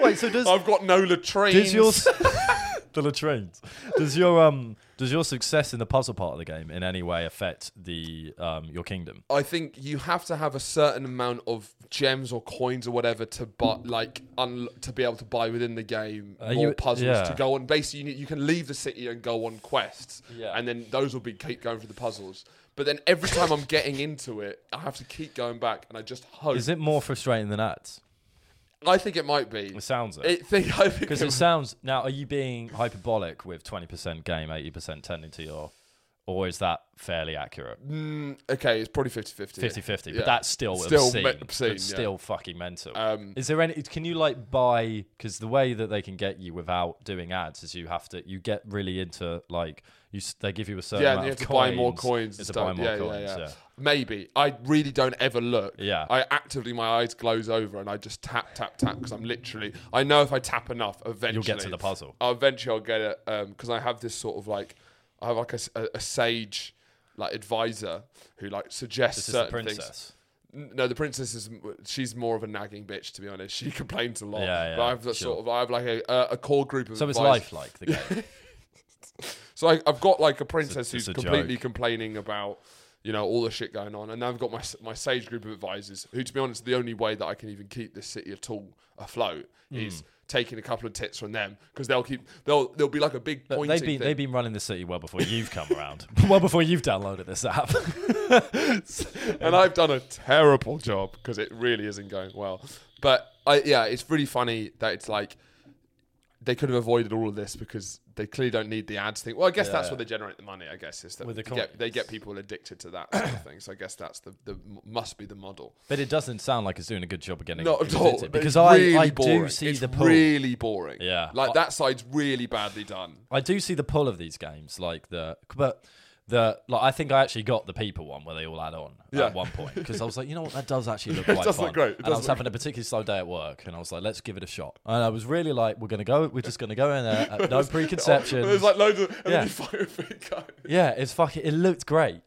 S2: Wait, so does
S1: I've got no latrines.
S2: does your s- the latrines? Does your um does your success in the puzzle part of the game in any way affect the um your kingdom?
S1: I think you have to have a certain amount of gems or coins or whatever to buy, like un- to be able to buy within the game
S2: Uh,
S1: more
S2: you-
S1: puzzles
S2: yeah.
S1: to go on. Basically, you, need, you can leave the city and go on quests,
S2: Yeah.
S1: and then those will be keep going through the puzzles. But then every time I'm getting into it, I have to keep going back, and I just hope.
S2: Is it more frustrating than ads?
S1: I think it might be.
S2: It sounds it.
S1: It, think, I think
S2: Because
S1: it
S2: it sounds now, are you being hyperbolic with twenty percent game, eighty percent tending to your, or is that fairly accurate?
S1: Mm, okay, it's probably 50 50.
S2: 50 50
S1: Yeah.
S2: but that's still
S1: Still
S2: obscene,
S1: me-
S2: but
S1: obscene, yeah.
S2: still fucking mental
S1: Um,
S2: is there any can you like buy because the way that they can get you without doing ads is you have to you get really into like you s- they give you a certain
S1: Yeah, and
S2: amount
S1: you
S2: of
S1: have to buy more coins. and
S2: it's to
S1: stuff.
S2: buy more
S1: yeah,
S2: coins
S1: yeah,
S2: yeah,
S1: yeah. Maybe. I really don't ever look.
S2: Yeah.
S1: I actively, my eyes gloze over and I just tap, tap, tap because I'm literally, I know if I tap enough, eventually.
S2: you'll get to the puzzle
S1: I'll eventually I'll get it because I have this sort of like, I have like a, s- a- a sage like advisor who like suggests
S2: this is the
S1: certain things.
S2: princess
S1: N- No, the princess is she's more of a nagging bitch to be honest. She complains a lot.
S2: Yeah, yeah,
S1: but I have that
S2: sure.
S1: sort of I have like a, a, a core group of
S2: so it's
S1: advisors.
S2: lifelike the game
S1: So I, I've got like a princess who's
S2: it's a
S1: completely
S2: joke.
S1: complaining about you know all the shit going on, and then I've got my s- my sage group of advisors who, to be honest, the only way that I can even keep this city at all afloat
S2: Hmm.
S1: is taking a couple of tips from them because they'll keep they'll they'll be like a big
S2: But
S1: pointing
S2: they've been
S1: thing.
S2: they've been running the city well before you've come around well before you've downloaded this app
S1: and I've done a terrible job because it really isn't going well. But I, yeah, it's really funny that it's like they could have avoided all of this because they clearly don't need the ads thing. Well, I guess that's
S2: Yeah.
S1: where they generate the money. I guess is that
S2: With the
S1: they, get, they
S2: coins.
S1: get people addicted to that sort of thing. So I guess that's the, the must be the model.
S2: but it doesn't sound like it's doing a good job of getting
S1: Not at
S2: addicted,
S1: all It's
S2: because I,
S1: really
S2: I do
S1: boring.
S2: see
S1: it's
S2: the pull
S1: really boring.
S2: Yeah.
S1: like
S2: I-
S1: that side's really badly done.
S2: I do see the pull of these games, like the but the like I think I actually got the people one where they all add on
S1: Yeah.
S2: at one point because I was like, you know what, that does actually look quite
S1: does
S2: fun.
S1: look great. It
S2: and I
S1: does
S2: was
S1: look
S2: having a particularly slow day at work, and I was like, let's give it a shot. And I was really like, we're gonna go, we're just gonna go in there, at no preconceptions.
S1: There's like loads of and
S2: Yeah.
S1: then you fight with it go.
S2: Yeah, it's fucking. It looked great,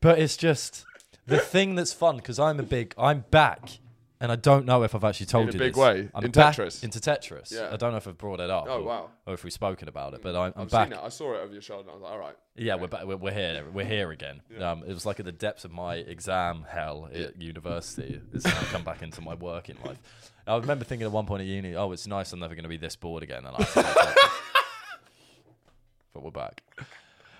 S2: but it's just the thing that's fun because I'm a big. I'm back, and I don't know if I've actually told
S1: a
S2: you
S1: big
S2: this.
S1: way,
S2: I'm
S1: in
S2: back
S1: Tetris?
S2: Into Tetris.
S1: Yeah.
S2: I don't know if I've brought it up.
S1: Oh,
S2: or,
S1: wow.
S2: Or if we've spoken about it, but I'm, I'm
S1: I've
S2: back.
S1: seen it. I saw it over your shoulder. and I was like, all right.
S2: Yeah, we're, back, we're we're here. We're here again. Um, it was like at the depths of my exam hell at university. It's now come back into my working life. I remember thinking at one point at uni, "Oh, it's nice. I'm never going to be this bored again." And I but we're back.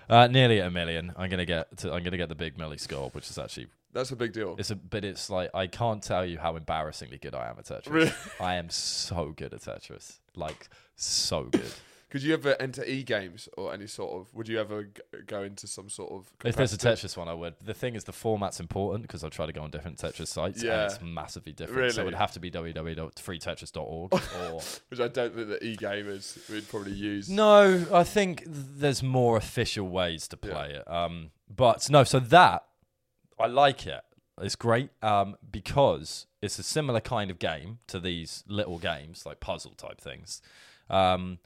S2: Uh, nearly at a million. I'm gonna get. To, I'm gonna get the big Millie score, which is actually
S1: That's a big deal.
S2: it's a. But it's like I can't tell you how embarrassingly good I am at Tetris.
S1: Really?
S2: I am so good at Tetris. Like so good.
S1: Could you ever enter e games or any sort of? Would you ever g- go into some sort of?
S2: If there's a
S1: competitive-
S2: Tetris one, I would. The thing is, the format's important because I try to go on different Tetris sites,
S1: Yeah.
S2: and it's massively different. So it would
S1: Really?
S2: have to be www.freetetris.org. or
S1: which I don't think that e gamers would probably use.
S2: no, I think there's more official ways to play it. Um, but no, so that I like it. It's great um, because it's a similar kind of game to these little games like puzzle type things. Um,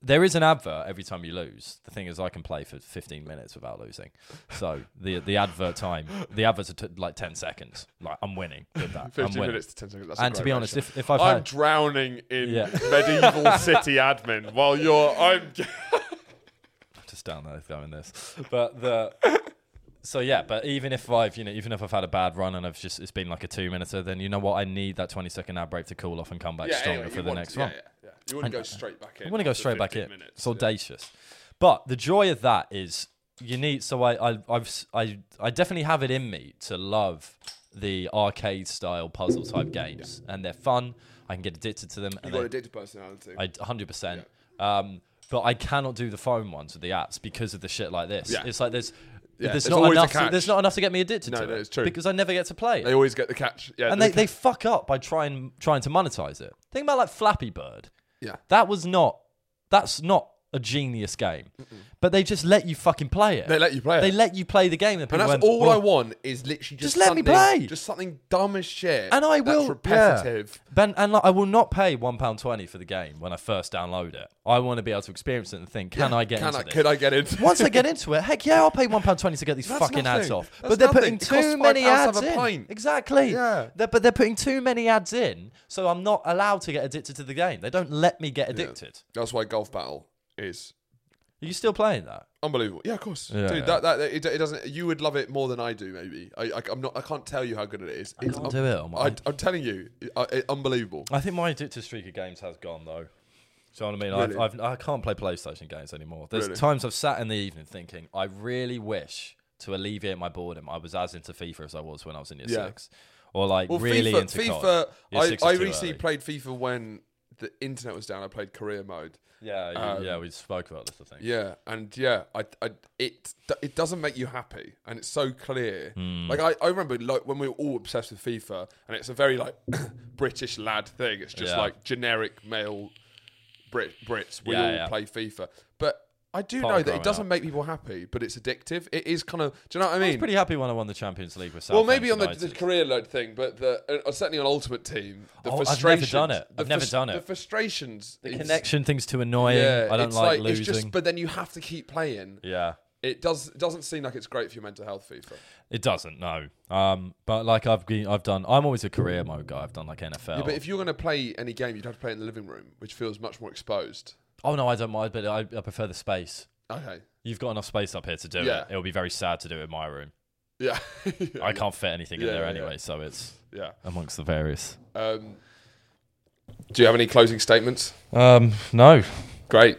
S2: there is an advert every time you lose. The thing is, I can play for 15 minutes without losing. So the the advert time, the adverts are t- like 10 seconds. Like I'm winning with that. I'm
S1: 15
S2: winning.
S1: minutes to 10 seconds. That's a
S2: and to
S1: great
S2: be honest,
S1: ratio.
S2: if, if I've
S1: I'm
S2: had,
S1: drowning in
S2: Yeah.
S1: medieval city admin while you're. I'm.
S2: just down there throwing this. But the so yeah, but even if I've you know even if I've had a bad run and I've just it's been like a two minute, then you know what I need that twenty second ad break to cool off and come back
S1: yeah,
S2: stronger
S1: anyway,
S2: for
S1: you
S2: the
S1: want-
S2: next
S1: yeah,
S2: one.
S1: Yeah, yeah. You want
S2: And-
S1: to go straight back in.
S2: I want to go
S1: after
S2: straight back
S1: 15
S2: in.
S1: minutes,
S2: It's
S1: yeah.
S2: audacious, but the joy of that is you need. So I I I've, s- I I definitely have it in me to love the arcade style puzzle type games, and they're fun. I can get addicted to them.
S1: You
S2: and
S1: got
S2: they-
S1: addicted to personality.
S2: I hundred percent. Um, but I cannot do the phone ones with the apps because of the shit like this.
S1: Yeah.
S2: It's like there's
S1: Yeah,
S2: there's
S1: there's
S2: not
S1: always a
S2: enough. To,
S1: catch.
S2: there's not enough to get me addicted
S1: No,
S2: to
S1: no,
S2: it
S1: it's true.
S2: because I never get to play it.
S1: they always get the catch. Yeah,
S2: and they, they fuck up by trying trying to monetize it. Think about like Flappy Bird.
S1: yeah.
S2: That was not. That's not a genius game, but they just let you fucking play it.
S1: They let you play it.
S2: They let you play the game, and,
S1: And
S2: people
S1: that's
S2: went,
S1: all I
S2: "Well,
S1: want is literally just
S2: Just let me
S1: something-
S2: play.
S1: Just something dumb as shit.
S2: And I
S1: that's
S2: will.
S1: repetitive.
S2: Yeah. Ben, and like, I will not pay one pound twenty for the game when I first download it. I want to be able to experience it and think, can I get
S1: Can
S2: into
S1: I?
S2: this?
S1: Could I get into?
S2: Once I get into it, heck yeah, I'll pay one pound twenty to get these
S1: That's
S2: fucking ads
S1: nothing.
S2: off.
S1: That's
S2: but they're
S1: nothing.
S2: putting
S1: It costs
S2: too
S1: five
S2: many
S1: pounds to
S2: ads
S1: have a
S2: in.
S1: pint.
S2: Exactly.
S1: Yeah.
S2: They're, but they're putting too many ads in, so I'm not allowed to get addicted to the game. They don't let me get addicted.
S1: That's why golf battle is
S2: Are you still playing that?
S1: unbelievable. Yeah, of course,
S2: Yeah,
S1: dude.
S2: yeah.
S1: That, that it, it doesn't. You would love it more than I do. Maybe I. I I'm not. I can't tell you how good it is.
S2: I
S1: It's
S2: can't
S1: un-
S2: do it. on my-
S1: I, I'm telling you, it, uh, it, unbelievable.
S2: I think my addictive streak of games has gone though. Do you know what I mean? I've-
S1: Really?
S2: I've, I can't play PlayStation games anymore. There's
S1: Really?
S2: times I've sat in the evening thinking, I really wish to alleviate my boredom. I was as into FIFA as I was when I was in year
S1: Yeah.
S2: six, or like
S1: Well,
S2: really
S1: FIFA.
S2: into COD.
S1: FIFA.
S2: Year six
S1: I,
S2: is
S1: I
S2: too
S1: recently
S2: early.
S1: played FIFA when the internet was down. I played career mode.
S2: Yeah, you,
S1: um,
S2: yeah, we spoke about this. I think.
S1: Yeah, and yeah, I, I, it, it doesn't make you happy, and it's so clear.
S2: Hmm.
S1: Like I, I remember like when we were all obsessed with FIFA, and it's a very like British lad thing. It's just
S2: Yeah.
S1: like generic male Brit Brits. We
S2: Yeah,
S1: all
S2: yeah.
S1: play FIFA, but I do
S2: Part
S1: know
S2: of
S1: that
S2: growing
S1: it doesn't
S2: up.
S1: make people happy, but it's addictive. It is kind of. Do you know what I
S2: I
S1: mean?
S2: was pretty happy when I won the Champions League with
S1: well,
S2: Southampton.
S1: maybe on the, the
S2: United.
S1: career load thing, but the uh, certainly on Ultimate Team, the
S2: Oh, I've never
S1: frustrations.
S2: done it.
S1: the
S2: I've never
S1: frus-
S2: done it.
S1: The frustrations.
S2: The
S1: it's-
S2: connection thing's too annoying. I don't
S1: it's
S2: like,
S1: it's
S2: losing.
S1: just, but then you have to keep playing.
S2: yeah,
S1: It does it doesn't seem like it's great for your mental health, FIFA.
S2: it doesn't. No, um, but like I've been, I've done. I'm always a career mode guy. I've done like NFL.
S1: Yeah, but if you're going to play any game, you'd have to play it in the living room, which feels much more exposed.
S2: oh no, I don't mind. But I, I prefer the space.
S1: Okay.
S2: You've got enough space up here to do
S1: Yeah.
S2: it. It'll be very sad to do it in my room.
S1: Yeah.
S2: I can't fit anything
S1: Yeah,
S2: in there
S1: yeah,
S2: anyway,
S1: yeah.
S2: so it's
S1: yeah.
S2: amongst the various.
S1: Um, do you have any closing statements?
S2: Um, no,
S1: Great.